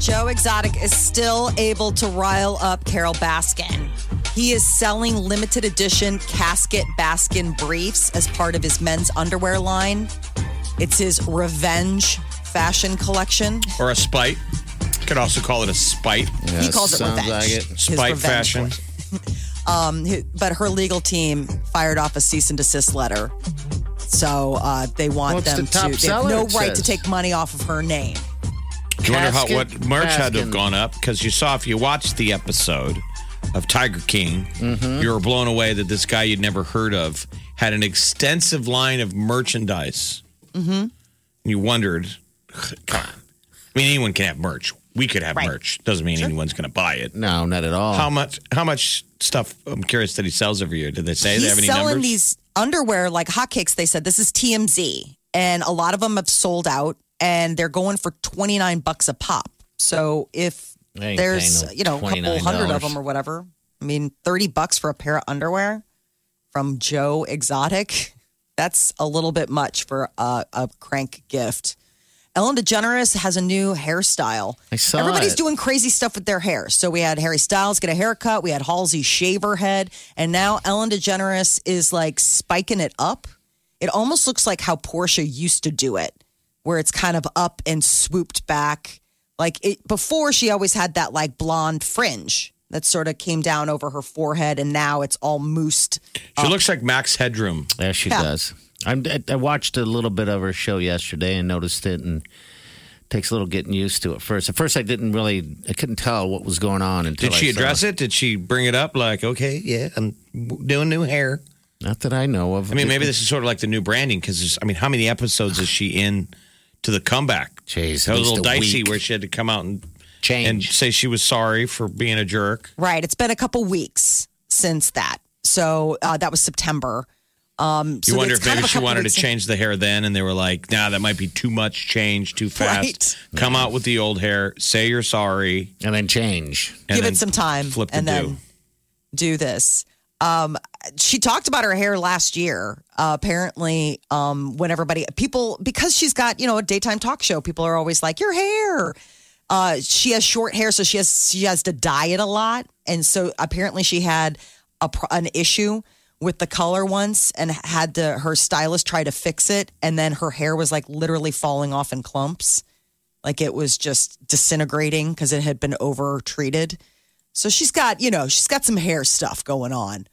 Speaker 3: Joe Exotic is still able to rile up Carol Baskin. He is selling limited edition casket Baskin briefs as part of his men's underwear line. It's his revenge fashion collection.
Speaker 2: or a spite. Could also call it a spite.
Speaker 3: he calls it
Speaker 1: sounds
Speaker 3: revenge.
Speaker 1: like it.
Speaker 3: His
Speaker 2: Spite
Speaker 3: revenge
Speaker 2: fashion.
Speaker 3: Um, he- but her legal team fired off a cease and desist letter. So uh, they want
Speaker 1: Well, it's
Speaker 3: them
Speaker 1: the top
Speaker 3: to. They have
Speaker 1: seller,
Speaker 3: no
Speaker 1: it
Speaker 3: right to
Speaker 1: says.
Speaker 3: take money off of her name.
Speaker 2: Do you wonder how
Speaker 1: Casket
Speaker 2: what merch had to have
Speaker 1: Baskin.
Speaker 2: gone up? Because you saw if you watched the episode of Tiger King, you were blown away that this guy you'd never heard of had an extensive line of merchandise. Mm-hmm. You wondered, come on. I mean, anyone can have merch. We could have merch. Doesn't mean anyone's going to buy it.
Speaker 1: No, not at all.
Speaker 2: How much? How much stuff? I'm curious that he sells every year. Did they say they
Speaker 3: He's
Speaker 2: have any
Speaker 3: selling
Speaker 2: numbers?
Speaker 3: these underwear like hotcakes. They said this is TMZ, and a lot of them have sold out, and they're going for twenty nine bucks a pop. So if
Speaker 1: I ain't
Speaker 3: there's
Speaker 1: paying no
Speaker 3: you know a couple hundred of
Speaker 1: $29.
Speaker 3: them or whatever, I mean thirty bucks for a pair of underwear from Joe Exotic, that's a little bit much for a, a crank gift. Ellen DeGeneres has a new hairstyle.
Speaker 1: I saw
Speaker 3: Everybody's
Speaker 1: it.
Speaker 3: doing crazy stuff with their hair. So we had Harry Styles get a haircut. We had Halsey shave her head. And now Ellen DeGeneres is like spiking it up. It almost looks like how Portia used to do it, where it's kind of up and swooped back. Like it, before, she always had that like blonde fringe that sort of came down over her forehead. And now it's all moosed.
Speaker 2: She looks like Max Headroom.
Speaker 1: Yeah, she
Speaker 3: Yeah.
Speaker 1: does. I'm, I- I watched a little bit of her show yesterday and noticed it, and takes a little getting used to at first. At first, I didn't really, I couldn't tell what was going on until.
Speaker 2: Did she
Speaker 1: I saw
Speaker 2: address it? Did she bring it up? Like, okay, yeah, I'm doing new hair.
Speaker 1: Not that I know of.
Speaker 2: I mean, maybe this is sort of like the new branding because I mean, how many episodes is she in to the comeback?
Speaker 1: Jeez,
Speaker 2: that
Speaker 1: at
Speaker 2: was a
Speaker 1: least
Speaker 2: little
Speaker 1: a
Speaker 2: dicey
Speaker 1: week.
Speaker 2: where she had to come out and and
Speaker 1: change.
Speaker 2: say she was sorry for being a jerk.
Speaker 3: Right. It's been a couple weeks since that. So uh, that was September. Um,
Speaker 2: You
Speaker 3: so
Speaker 2: wonder
Speaker 3: it's
Speaker 2: if
Speaker 3: kind
Speaker 2: maybe
Speaker 3: of a
Speaker 2: she
Speaker 3: couple
Speaker 2: wanted to
Speaker 3: weeks in-
Speaker 2: change the hair then, and they were like, "Nah, that might be too much change, too fast.
Speaker 3: Right.
Speaker 2: Come out with the old hair, say you're sorry,
Speaker 1: and then change.
Speaker 2: and
Speaker 3: give
Speaker 2: then
Speaker 3: it some time
Speaker 2: Flip the
Speaker 3: and
Speaker 2: do.
Speaker 3: then do this. Um, she talked about her hair last year. Uh, apparently, um, when everybody people because she's got you know a daytime talk show, people are always like your hair. Uh, she has short hair, so she has she has to dye it a lot, and so apparently she had a pro- an issue with the color once and had the her stylist try to fix it, and then her hair was like literally falling off in clumps like it was just disintegrating because it had been over treated. So she's got, you know, she's got some hair stuff going on.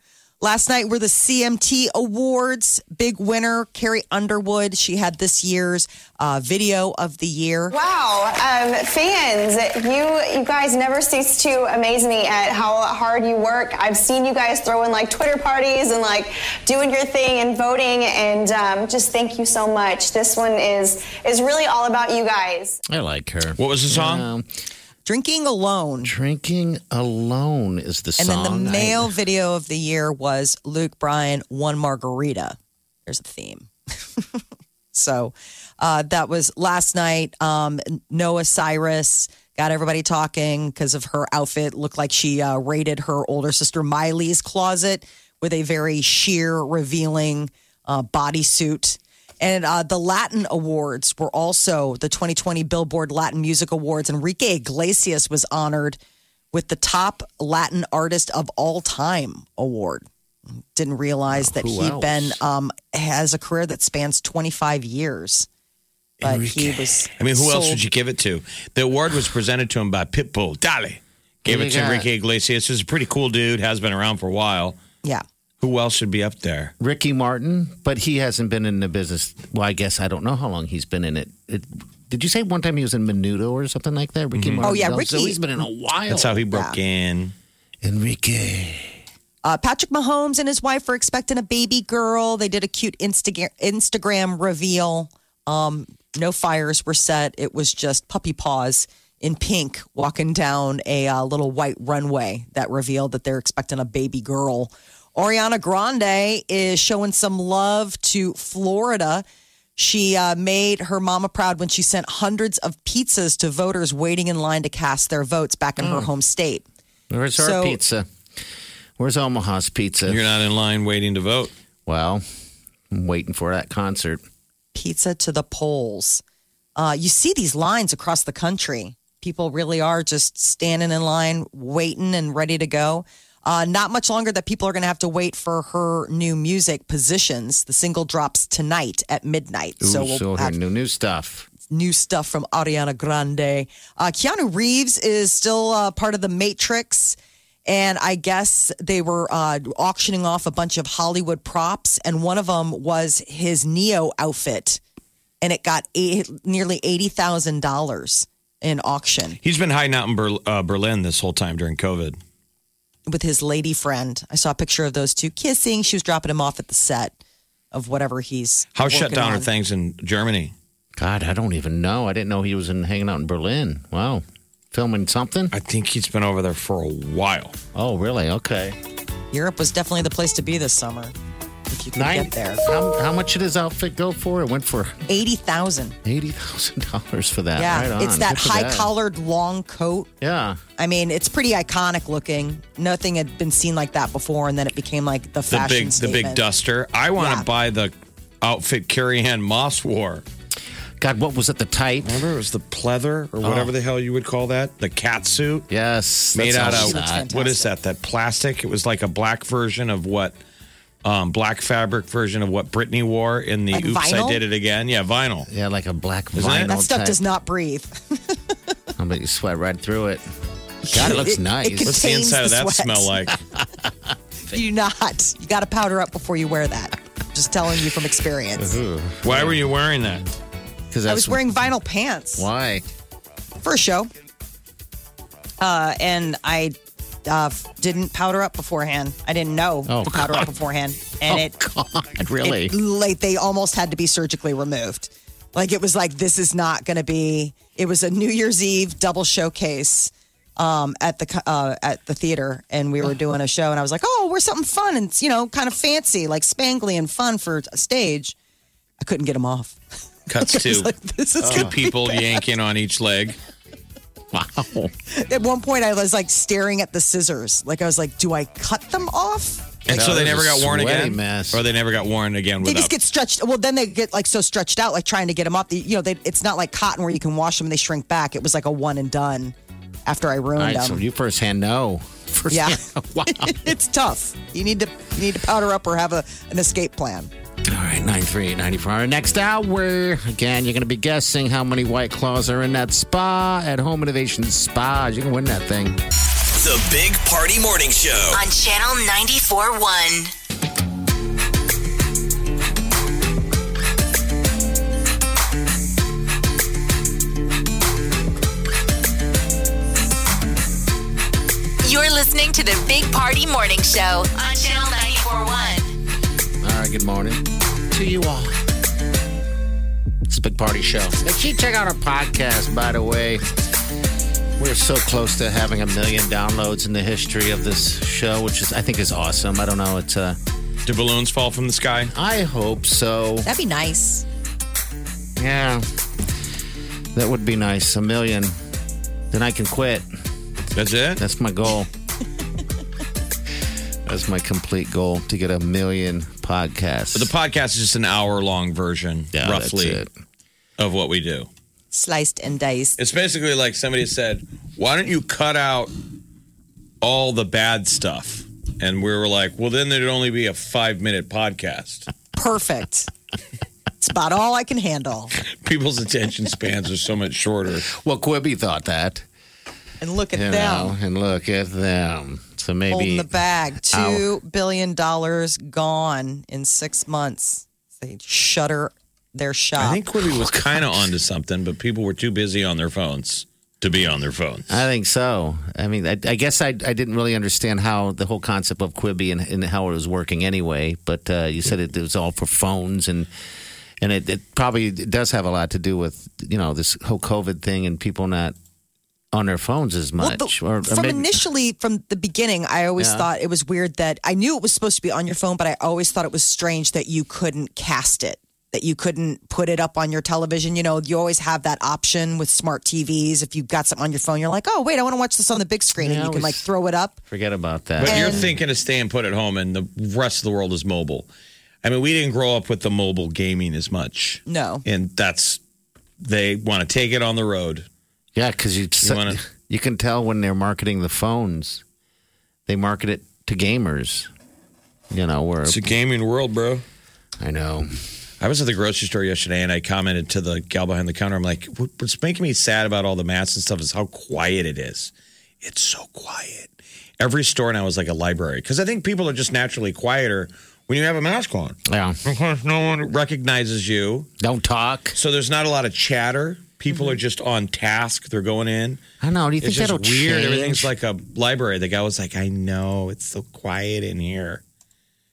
Speaker 3: Last night were the CMT Awards. Big winner, Carrie Underwood. She had this year's uh, video of the year.
Speaker 10: Wow, um, fans, you you guys never cease to amaze me at how hard you work. I've seen you guys throw in like Twitter parties and like doing your thing and voting, and um, just thank you so much. This one is is really all about you guys.
Speaker 1: I like her.
Speaker 2: What was the song?
Speaker 1: Um,
Speaker 3: Drinking Alone.
Speaker 1: Drinking alone is the
Speaker 3: And
Speaker 1: song.
Speaker 3: then the
Speaker 1: I-
Speaker 3: male video of the year was Luke Bryan, One Margarita. There's a theme. so uh, that was last night. Um, Noah Cyrus got everybody talking because of her outfit. Looked like she uh, raided her older sister Miley's closet with a very sheer, revealing uh, bodysuit. And uh, the Latin Awards were also the 2020 Billboard Latin Music Awards. Enrique Iglesias was honored with the top Latin artist of all time award. Didn't realize that
Speaker 1: Who
Speaker 3: he'd
Speaker 1: else?
Speaker 3: been um, has a career that spans 25 years. But he was.
Speaker 2: I mean, who else
Speaker 3: sold-
Speaker 2: would you give it to? The award was presented to him by Pitbull. Dolly, Gave it
Speaker 1: you
Speaker 2: to
Speaker 1: got?
Speaker 2: Enrique Iglesias, who's a pretty cool dude, has been around for a while.
Speaker 3: Yeah.
Speaker 2: Who else should be up there?
Speaker 1: Ricky Martin, but he hasn't been in the business. Well, I guess I don't know how long he's been in it. it did you say one time he was in Menudo or something like that? Ricky Martin.
Speaker 3: Oh, yeah,
Speaker 1: So
Speaker 3: Ricky-
Speaker 1: he's been in a while.
Speaker 2: Mm-hmm. That's how he broke in.
Speaker 1: Enrique.
Speaker 3: Uh, Patrick Mahomes and his wife are expecting a baby girl. They did a cute Insta- Instagram reveal. Um, no fires were set. It was just puppy paws in pink walking down a uh, little white runway that revealed that they're expecting a baby girl. Ariana Grande is showing some love to Florida. She uh, made her mama proud when she sent hundreds of pizzas to voters waiting in line to cast their votes back in her home state.
Speaker 1: Where's our
Speaker 3: So-
Speaker 1: pizza? Where's Omaha's pizza?
Speaker 2: You're not in line waiting to vote.
Speaker 1: Well, I'm waiting for that concert.
Speaker 3: pizza to the polls. Uh, you see these lines across the country. People really are just standing in line, waiting and ready to go. Uh, not much longer that people are going to have to wait for her new music, Positions. The single drops tonight at midnight.
Speaker 1: Ooh,
Speaker 3: so
Speaker 1: so
Speaker 3: we'll
Speaker 1: here,
Speaker 3: have
Speaker 1: new new stuff.
Speaker 3: new stuff from Ariana Grande. Uh, Keanu Reeves is still uh, part of the Matrix. And I guess they were uh, auctioning off a bunch of Hollywood props. And one of them was his Neo outfit. And it got eight, nearly $80,000 in auction
Speaker 2: He's been hiding out in Ber- uh, Berlin this whole time during COVID.
Speaker 3: with his lady friend. I saw a picture of those two kissing. She was dropping him off at the set of whatever he's.
Speaker 2: How shut
Speaker 3: working
Speaker 2: down
Speaker 3: on.
Speaker 2: are things in Germany?
Speaker 1: God, I don't even know. I didn't know he was in, hanging out in Berlin. Wow. Filming something?
Speaker 2: I think he's been over there for a while.
Speaker 1: Oh, really? Okay.
Speaker 3: Europe was definitely the place to be this summer. If you could
Speaker 1: Nine-
Speaker 3: get there.
Speaker 1: How, how much did his outfit go for? It went for
Speaker 3: 80000
Speaker 1: $80,000 for that.
Speaker 3: Yeah,
Speaker 1: Right on.
Speaker 3: it's that
Speaker 1: Good for
Speaker 3: high collared long coat.
Speaker 1: Yeah.
Speaker 3: I mean, it's pretty iconic looking. Nothing had been seen like that before, and then it became like the
Speaker 2: The
Speaker 3: fashion
Speaker 2: big, the
Speaker 3: statement.
Speaker 2: big duster. I want to
Speaker 3: Yeah.
Speaker 2: buy the outfit Carrie Ann Moss wore.
Speaker 1: God, what was it? The tight?
Speaker 2: Remember, it was the pleather or whatever the hell you would call that. The cat suit.
Speaker 1: Yes.
Speaker 2: made out
Speaker 1: that
Speaker 2: of
Speaker 1: sounds hot.
Speaker 2: what is that? That plastic? It was like a black version of what um, black fabric version of what Britney wore in the
Speaker 3: Like
Speaker 2: "Oops,
Speaker 3: vinyl?
Speaker 2: I Did It Again." Yeah, vinyl.
Speaker 1: Yeah, like a black
Speaker 2: Isn't it?
Speaker 1: vinyl.
Speaker 3: That stuff
Speaker 1: type.
Speaker 3: does not breathe.
Speaker 1: I'll bet you sweat right through it. God, it looks
Speaker 3: It- it
Speaker 1: nice.
Speaker 3: contains
Speaker 2: What's the inside of
Speaker 3: the
Speaker 2: that
Speaker 3: sweat.
Speaker 2: smell like?
Speaker 3: You do not. You got to powder up before you wear that. Just telling you from experience.
Speaker 2: Why were you wearing that?
Speaker 1: Because
Speaker 3: I was wearing vinyl pants.
Speaker 1: Why?
Speaker 3: for a show. Uh, and I uh, didn't powder up beforehand. I didn't know
Speaker 1: Oh,
Speaker 3: to powder up
Speaker 1: God.
Speaker 3: beforehand, and it
Speaker 1: God, really?
Speaker 3: it- like they almost had to be surgically removed. Like it was like this is not going to be. It was a New Year's Eve double showcase um, at the co- uh, at the theater, and we were doing a show, and I was like, "Oh, we're something fun and you know, kind of fancy, like spangly and fun for a stage." I couldn't get them off.
Speaker 2: Cuts
Speaker 3: I
Speaker 2: two,
Speaker 3: was like, this is
Speaker 2: two
Speaker 3: gonna be
Speaker 2: people yanking on each leg.
Speaker 1: wow.
Speaker 3: At one point, I was like staring at the scissors. Like I was like, "Do I cut them off?"
Speaker 2: And so they
Speaker 1: there's
Speaker 2: never
Speaker 1: a
Speaker 2: got worn
Speaker 1: sweaty
Speaker 2: again,
Speaker 1: mess.
Speaker 2: or they never got worn again.
Speaker 3: They
Speaker 2: without.
Speaker 3: just get stretched. Well, then they get like so stretched out, like trying to get them up. You know, they, it's not like cotton where you can wash them and they shrink back. It was like a one and done. After I
Speaker 1: All
Speaker 3: ruined
Speaker 1: right, so
Speaker 3: them,
Speaker 1: you firsthand know. First
Speaker 3: Yeah.
Speaker 1: wow.
Speaker 3: it's tough. You need to you need to powder up or have a, an escape plan.
Speaker 1: All right, 938-94. Next hour, again, you're going to be guessing how many White Claws are in that spa at Home Innovation Spas. You can win that thing.
Speaker 4: The Big Party Morning Show.
Speaker 5: On Channel 94.1. You're listening to the Big Party Morning Show on Channel 94.1.
Speaker 1: All right, good morning to you all. It's a big party show. Make sure you check out our podcast, by the way. We're so close to having a million downloads in the history of this show, which is, I think, is awesome. I don't know. It's, uh,
Speaker 2: Do balloons fall from the sky?
Speaker 1: I hope so.
Speaker 3: That'd be nice.
Speaker 1: Yeah. That would be nice. A million. Then I can quit.
Speaker 2: That's it.
Speaker 1: That's my goal. That's my complete goal to get a million podcasts.
Speaker 2: The podcast is just an hour-long version,
Speaker 1: Yeah, that's
Speaker 2: roughly,
Speaker 1: it.
Speaker 2: of what we do.
Speaker 3: Sliced and diced.
Speaker 2: It's basically like somebody said, "Why don't you cut out all the bad stuff?" And we were like, "Well, then there'd only be a five-minute podcast."
Speaker 3: Perfect. it's about all I can handle.
Speaker 2: People's attention spans are so much shorter.
Speaker 1: Well, Quibby thought that.
Speaker 3: And look at
Speaker 1: you
Speaker 3: them.
Speaker 1: know, and look at them. So maybe
Speaker 3: holding the bag.
Speaker 1: Ow.
Speaker 3: two billion dollars gone in six months. They shutter their shop.
Speaker 2: I think Quibi was kind of onto something, but people were too busy on their phones to be on their phones.
Speaker 1: I think so. I mean, I, I guess I, I didn't really understand how the whole concept of Quibi and, and how it was working anyway. But uh, you said it, it was all for phones, and and it, it probably does have a lot to do with you know this whole COVID thing and people not on their phones as
Speaker 3: Well,
Speaker 1: much.
Speaker 3: the-
Speaker 1: or,
Speaker 3: from initially, from the beginning, I always
Speaker 1: Yeah.
Speaker 3: thought it was weird that I knew it was supposed to be on your phone, but I always thought it was strange that you couldn't cast it, that you couldn't put it up on your television. You know, you always have that option with smart TVs. If you've got something on your phone, you're like, oh, wait, I want to watch this on the big screen. and
Speaker 1: Yeah,
Speaker 3: you
Speaker 1: I
Speaker 3: can like
Speaker 1: always-
Speaker 3: throw it up.
Speaker 1: forget about that.
Speaker 2: But you're thinking of stay and put at home, and the rest of the world is mobile. I mean, we didn't grow up with the mobile gaming as much.
Speaker 3: No.
Speaker 2: And that's, they want to take it on the road.
Speaker 1: Yeah, because you
Speaker 2: You wanna-
Speaker 1: you can tell when they're marketing the phones, they market it to gamers. You know, where
Speaker 2: It's a gaming world, bro.
Speaker 1: I know.
Speaker 2: I was at the grocery store yesterday and I commented to the gal behind the counter. I'm like, "What- what's making me sad about all the masks and stuff is how quiet it is. It's so quiet. Every store now is like a library because I think people are just naturally quieter when you have a mask on.
Speaker 1: Yeah.
Speaker 2: Because no one recognizes you.
Speaker 1: Don't talk.
Speaker 2: So there's not a lot of chatter. People are just on task. They're going in.
Speaker 1: Mm-hmm. I know. Do you think
Speaker 2: it's just
Speaker 1: that'll
Speaker 2: weird.
Speaker 1: change?
Speaker 2: Everything's like a library. The guy was like, I know. It's so quiet in here.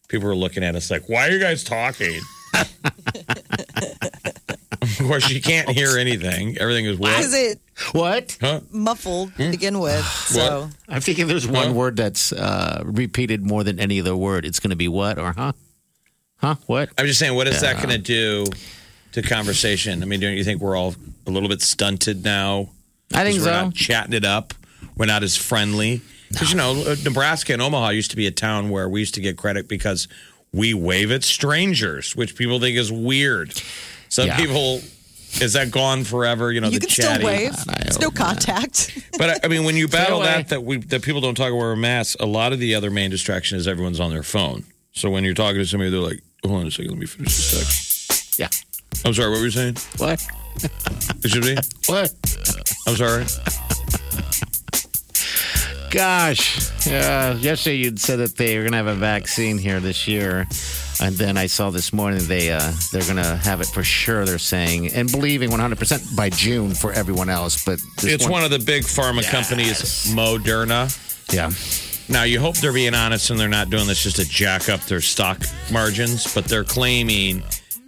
Speaker 2: People were looking at us like, why are you guys talking? of course, you can't hear anything. Everything is wet.
Speaker 3: Is it
Speaker 1: what?
Speaker 2: Huh?
Speaker 3: muffled to begin with? So.
Speaker 1: I'm thinking there's one word that's uh, repeated more than any other word. It's going to be what or huh? Huh? What?
Speaker 2: I'm just saying, what is that
Speaker 1: Yeah.
Speaker 2: going to do to conversation? I mean, don't you think we're all a little bit stunted now?
Speaker 1: I think
Speaker 2: 'Cause we're
Speaker 1: so.
Speaker 2: Not chatting it up. We're not as friendly because you know uh, Nebraska and Omaha used to be a town where we used to get credit because we wave at strangers, which people think is weird. Some
Speaker 1: Yeah.
Speaker 2: people is that gone forever?
Speaker 1: uh,
Speaker 2: You know,
Speaker 3: You
Speaker 2: the
Speaker 3: can still
Speaker 2: chatty-
Speaker 3: wave. It's no contact.
Speaker 2: but I, I mean, when you battle
Speaker 3: away.
Speaker 2: that, that we that people don't talk about wear masks. A lot of the other main distraction is everyone's on their phone. So when you're talking to somebody, they're like, "Hold on a second, let me finish this text."
Speaker 1: Yeah.
Speaker 2: I'm sorry. What were you saying?
Speaker 1: What?
Speaker 2: It should be.
Speaker 1: What?
Speaker 2: I'm sorry.
Speaker 1: Gosh. Yeah. yesterday you'd said that they were going to have a vaccine here this year. And then I saw this morning they uh, they're going to have it for sure. They're saying and believing 100 percent by June for everyone else. But this
Speaker 2: it's one, of the big pharma companies, Moderna.
Speaker 1: Yeah.
Speaker 2: Now you hope they're being honest and they're not doing this just to jack up their stock margins, but they're claiming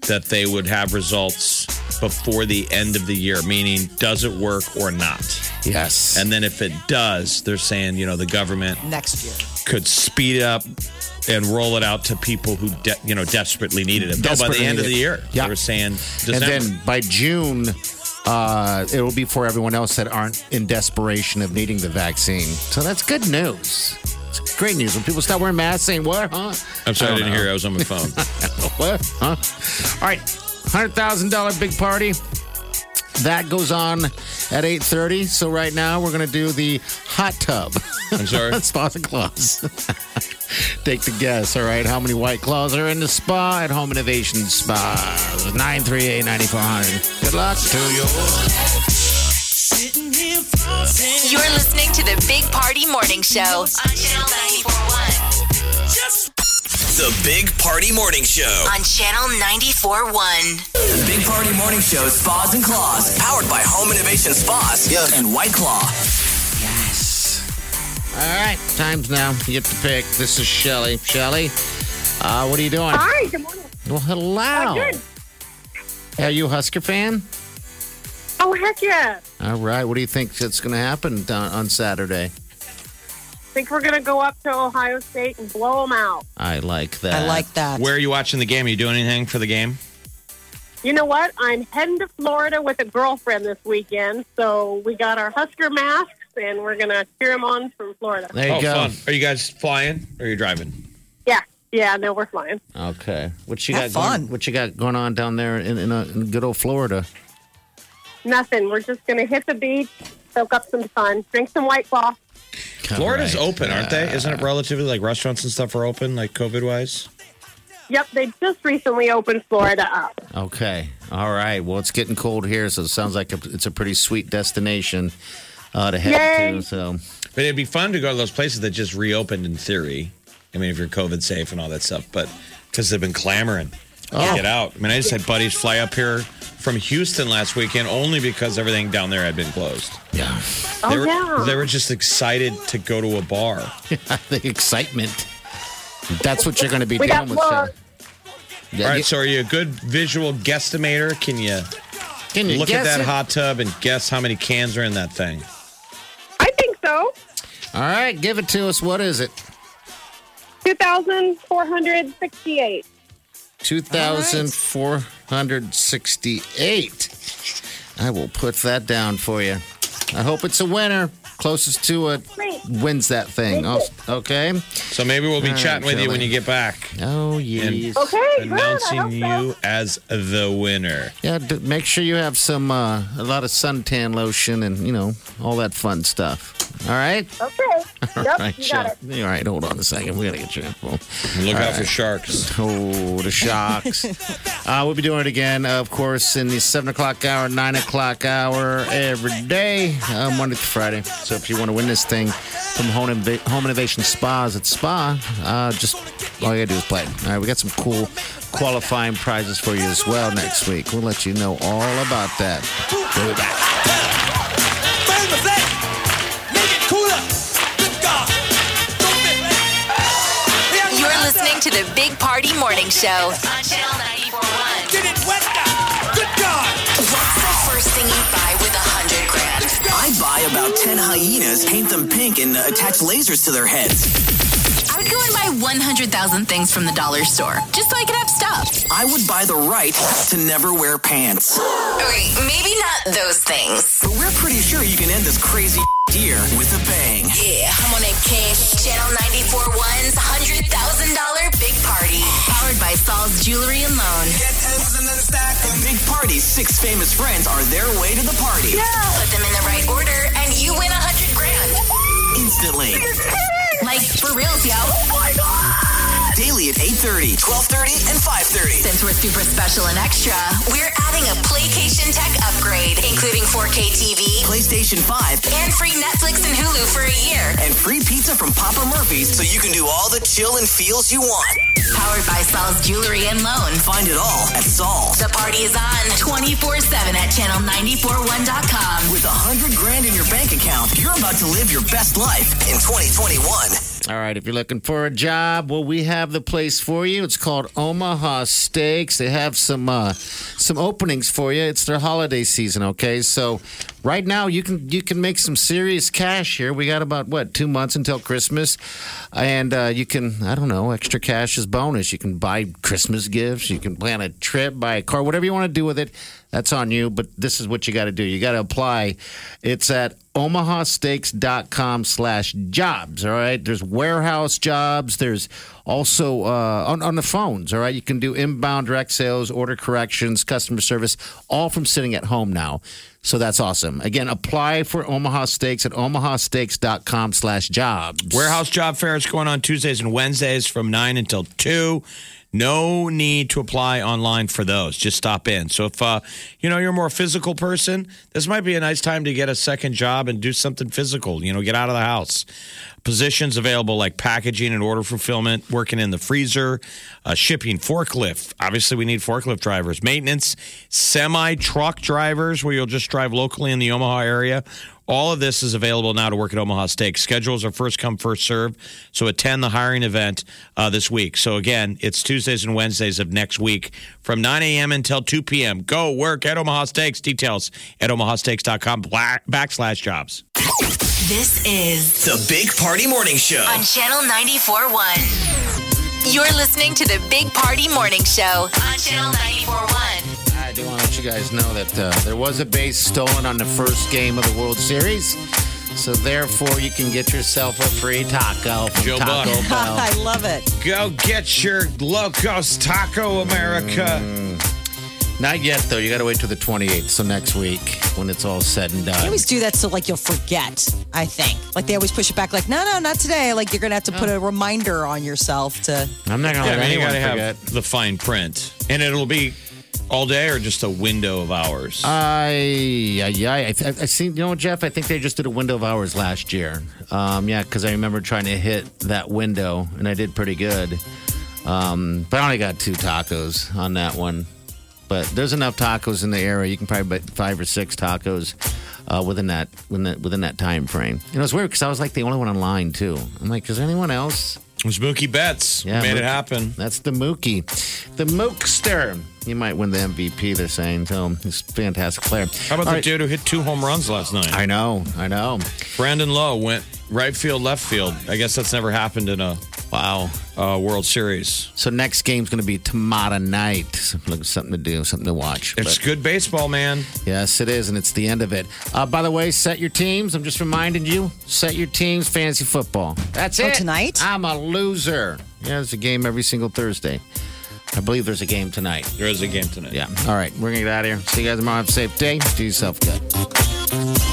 Speaker 2: that they would have results before the end of the year, meaning does it work or not?
Speaker 1: Yes.
Speaker 2: And then if it does, they're saying, you know, the government
Speaker 3: next year
Speaker 2: could speed up and roll it out to people who, de- you know, desperately needed it. No, by the
Speaker 1: Desperately
Speaker 2: end of the
Speaker 1: needed
Speaker 2: year,
Speaker 1: it.
Speaker 2: they were saying,
Speaker 1: and
Speaker 2: December.
Speaker 1: then by June, uh, it will be for everyone else that aren't in desperation of needing the vaccine. So that's good news. It's great news when people stop wearing masks, saying what, huh?
Speaker 2: I'm sorry,
Speaker 1: don't
Speaker 2: I, didn't
Speaker 1: know.
Speaker 2: hear. you. I was on my phone.
Speaker 1: what, huh? All right, hundred thousand dollar big party. That goes on at eight thirty. So right now we're gonna do the hot tub.
Speaker 2: I'm sorry.
Speaker 1: spa and claws. Take the guess. All right, how many white claws are in the spa at Home Innovation Spa? Nine three eight ninety four hundred. Good luck to you.
Speaker 5: You're listening to the Big Party Morning Show on Channel 941.
Speaker 4: The Big Party Morning Show.
Speaker 5: On Channel 941.
Speaker 4: The Big Party Morning Show Spas and Claws, powered by Home Innovation Spas and White Claw.
Speaker 1: All right, time's now. You get to pick. This is Shelly. Shelly, uh, what are you doing?
Speaker 11: Hi, good morning.
Speaker 1: Well, hello.
Speaker 11: Oh, good.
Speaker 1: Are you a Husker fan?
Speaker 11: Oh, heck yeah.
Speaker 1: All right. What do you think that's going to happen down on Saturday?
Speaker 11: Think we're going to go up to Ohio State and blow them out.
Speaker 1: I like that.
Speaker 3: I like that.
Speaker 2: Where are you watching the game? Are you doing anything for the game?
Speaker 11: You know what? I'm heading to Florida with a girlfriend this weekend, so we got our Husker masks and we're going to cheer them on from Florida.
Speaker 2: oh, Fun. Are you guys flying or are you driving?
Speaker 11: Yeah, yeah, no, we're flying.
Speaker 1: Okay. What you
Speaker 11: Have
Speaker 1: got? Going, what you got going on down there in in, uh, in good old Florida?
Speaker 11: Nothing. We're just going to hit the beach, soak up some sun, drink some White Claw.
Speaker 2: Florida's open, aren't they? Isn't it relatively like restaurants and stuff are open, like COVID wise?
Speaker 11: Yep, they just recently opened Florida up.
Speaker 1: Okay. All right. Well, it's getting cold here, so it sounds like a, it's a pretty sweet destination. uh, to head to. So
Speaker 2: But it'd be fun to go to those places that just reopened in theory. I mean, if you're COVID safe and all that stuff, but because they've been clamoring to
Speaker 1: Oh.
Speaker 2: get out. I mean, I just had buddies fly up here from Houston last weekend only because everything down there had been closed.
Speaker 1: Yeah.
Speaker 2: They,
Speaker 11: Oh,
Speaker 2: were,
Speaker 11: yeah.
Speaker 2: they were just excited to go to a bar.
Speaker 1: the excitement. That's what you're going to be
Speaker 11: We got
Speaker 1: dealing with. Sharon.
Speaker 11: more.
Speaker 2: all right, so are you a good visual guesstimator? Can you,
Speaker 1: Can you
Speaker 2: look at
Speaker 1: guess
Speaker 2: that
Speaker 1: it?
Speaker 2: hot tub and guess how many cans are in that thing?
Speaker 11: I think so.
Speaker 1: All right, give it to us. What is it?
Speaker 11: 2,468.
Speaker 1: 2,468. I will put that down for you. I hope it's a winner. Closest to it wins that thing. Oh, okay.
Speaker 2: So maybe we'll be
Speaker 1: All right,
Speaker 2: chatting with you
Speaker 1: Shelley.
Speaker 2: when you get back.
Speaker 1: Oh, yes.
Speaker 2: And
Speaker 11: Okay, good. I
Speaker 2: announcing you as the winner.
Speaker 1: Yeah, d- make sure you have some, uh, a lot of suntan lotion and, you know, all that fun stuff. All right?
Speaker 11: Okay.
Speaker 1: All
Speaker 11: Yep,
Speaker 1: right,
Speaker 11: you got it.
Speaker 1: All right, hold on a second. We gotta get your info.
Speaker 2: Look
Speaker 1: All
Speaker 2: out for sharks.
Speaker 1: Oh, the sharks! uh, we'll be doing it again, of course, in the seven o'clock hour, nine o'clock hour every day, uh, Monday through Friday. So if you want to win this thing from Home, Inva- Home Innovation Spas at Spa, uh, just all you gotta do is play. All right, we got some cool qualifying prizes for you as well next week. We'll let you know all about that. We'll be back.
Speaker 12: Burn the flag. Make it cooler. Good God.
Speaker 5: You're listening to the Big Party Morning Show on Channel 941. Get it wet Good God. What's the first thing you buy with a hundred grand?
Speaker 4: I'd buy about 10 hyenas, paint them pink, and uh, attach lasers to their heads.
Speaker 5: I would go and buy 100,000 things from the dollar store just so I could have stuff.
Speaker 4: I would buy the right to never wear pants.
Speaker 5: Okay, maybe not those things.
Speaker 4: But we're pretty sure you can end this crazy year with a bang.
Speaker 5: Yeah, I'm on a cash. Channel 941's $100,000 Big Party. Powered by Saul's Jewelry and Loan.
Speaker 4: And Big Party's six famous friends are their way to the party.
Speaker 5: Put them in the right order and you win 100 grand.
Speaker 4: Instantly.
Speaker 5: Like, for reals, yo.
Speaker 4: Daily at 8.30, 12.30, and 5.30.
Speaker 5: Since we're super special and extra, we're adding a PlayStation Tech upgrade, including 4K TV,
Speaker 4: PlayStation 5,
Speaker 5: and free Netflix and Hulu for a year.
Speaker 4: and free pizza from Papa Murphy's so you can do all the chill and feels you want.
Speaker 5: Powered by Saul's Jewelry and Loan.
Speaker 4: Find it all at Saul.
Speaker 5: The party is on 24 7 at channel941.com.
Speaker 4: With 100 grand in your bank account, you're about to live your best life in 2021.
Speaker 1: All right, if you're looking for a job, well, we have the place for you. It's called Omaha Steaks. They have some uh, some openings for you. It's their holiday season, okay? So right now you can you can make some serious cash here. We got about what two months until Christmas, and uh, you can I don't know extra cash is bonus. You can buy Christmas gifts. You can plan a trip, buy a car, whatever you want to do with it. That's on you. But this is what you got to do. You got to apply. It's at omahasteaks.com slash jobs all right there's warehouse jobs there's also uh, on, on the phones all right you can do inbound direct sales order corrections customer service all from sitting at home now so that's awesome again apply for omaha steaks at omahasteaks.com slash jobs
Speaker 2: Warehouse job fair is going on Tuesdays and Wednesdays from 9 until 2. No need to apply online for those. Just stop in. So if uh, you know you're a more physical person, this might be a nice time to get a second job and do something physical, you know, get out of the house. Positions available like packaging and order fulfillment, working in the freezer, uh, shipping, forklift. Obviously, we need forklift drivers, maintenance, semi truck drivers where you'll just drive locally in the Omaha area. All of this is available now to work at Omaha Steaks. Schedules are first come, first serve. So attend the hiring event uh, this week. So again, it's Tuesdays and Wednesdays of next week from 9 a.m. until 2 p.m. Go work at Omaha Steaks. Details at omahasteaks.com black- backslash jobs.
Speaker 5: This is
Speaker 4: The Big Party Morning Show.
Speaker 5: on Channel 94.1. You're listening to the Big Party Morning Show on Channel 94.1.
Speaker 1: I do want to let you guys know that uh, there was a base stolen on the first game of the World Series. So therefore, you can get yourself a free taco from
Speaker 2: Joe Buck.
Speaker 1: Taco Bell.
Speaker 3: I love it.
Speaker 2: Go get your Locos Taco America.
Speaker 1: Not yet, though. You got to wait till the 28th, so next week when it's all said and
Speaker 3: They
Speaker 1: done.
Speaker 3: always do that so like you'll forget. I think like they always push it back. Like no, no, not today. Like you're gonna have to put a reminder on yourself to.
Speaker 1: I'm not gonna
Speaker 2: Yeah, I
Speaker 1: let
Speaker 2: mean, you
Speaker 1: anyone
Speaker 2: gotta
Speaker 1: forget.
Speaker 2: have the fine print, and it'll be All day or just a window of hours?
Speaker 1: Uh, I, I, I, I I see. You know, what, Jeff, I think they just did a window of hours last year. Um, yeah, because I remember trying to hit that window, and I did pretty good. Um, but I only got two tacos on that one. But there's enough tacos in the area. You can probably buy five or six tacos uh, within that within that, within that time frame. You know, it's weird because I was like the only one online too. I'm like, is there anyone else?
Speaker 2: It was Mookie Betts.
Speaker 1: Yeah,
Speaker 2: Made it
Speaker 1: Mookie.
Speaker 2: happen.
Speaker 1: That's the Mookie, the Mookster. He might win the MVP. They're saying so. He's a fantastic player.
Speaker 2: How about
Speaker 1: All
Speaker 2: the
Speaker 1: right.
Speaker 2: dude who hit two home runs last night?
Speaker 1: I know, I know.
Speaker 2: Brandon Lowe went right field, left field. I guess that's never happened in a
Speaker 1: wow
Speaker 2: uh, World Series.
Speaker 1: So next game's going to be tomorrow night. So look, Something to do, something to watch.
Speaker 2: It's
Speaker 1: But-
Speaker 2: good baseball, man.
Speaker 1: Yes, it is, and it's the end of it. Uh, by the way, set your teams. I'm just reminding you, set your teams. Fantasy football. That's
Speaker 13: Oh,
Speaker 1: it.
Speaker 13: tonight?
Speaker 1: I'm a loser. Yeah, there's a game every single Thursday. I believe there's a game tonight.
Speaker 2: There is a game tonight.
Speaker 1: Yeah. All right, we're gonna get out of here. See you guys tomorrow. Have a safe day. Do yourself good.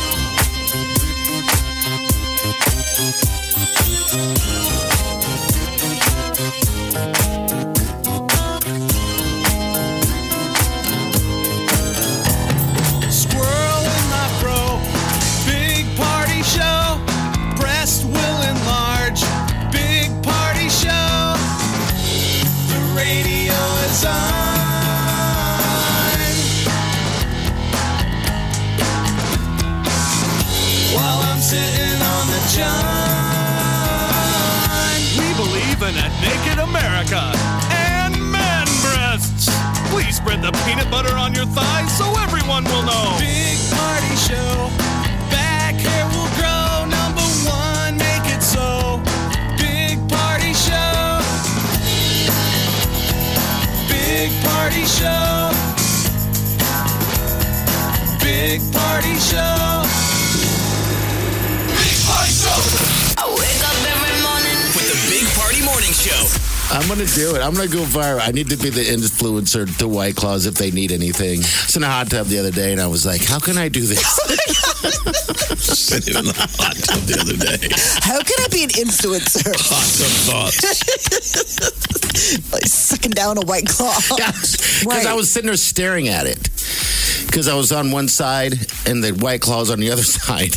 Speaker 14: Squirrel in my fro. Big party show. Breast will enlarge. Big party show. The radio is on. While I'm sitting on the john. We believe in a naked America and man breasts. Please spread the peanut butter on your thighs so everyone will know. Big party show. Back hair will grow. Number one, make it so. Big party show. Big party show. Big party show. Big party show.
Speaker 5: I wake up every morning
Speaker 4: With the Big Party Morning Show.
Speaker 1: I'm gonna do it. I'm gonna go viral. I need to be the influencer to White Claws if they need anything. I was in a hot tub the other day, and I was like, "How can I do this?"
Speaker 2: Sitting in the hot tub the other day.
Speaker 3: How can I be an influencer?
Speaker 2: Hot tub
Speaker 3: like sucking down a white claw.
Speaker 1: Because I was sitting there staring at it. Because I was on one side and the white claws on the other side.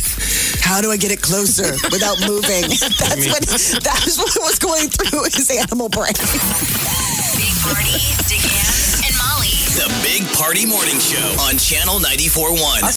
Speaker 3: How do I get it closer without moving? That's what that's what was going through his animal brain.
Speaker 5: and Molly.
Speaker 4: The Big Party Morning Show on Channel 941.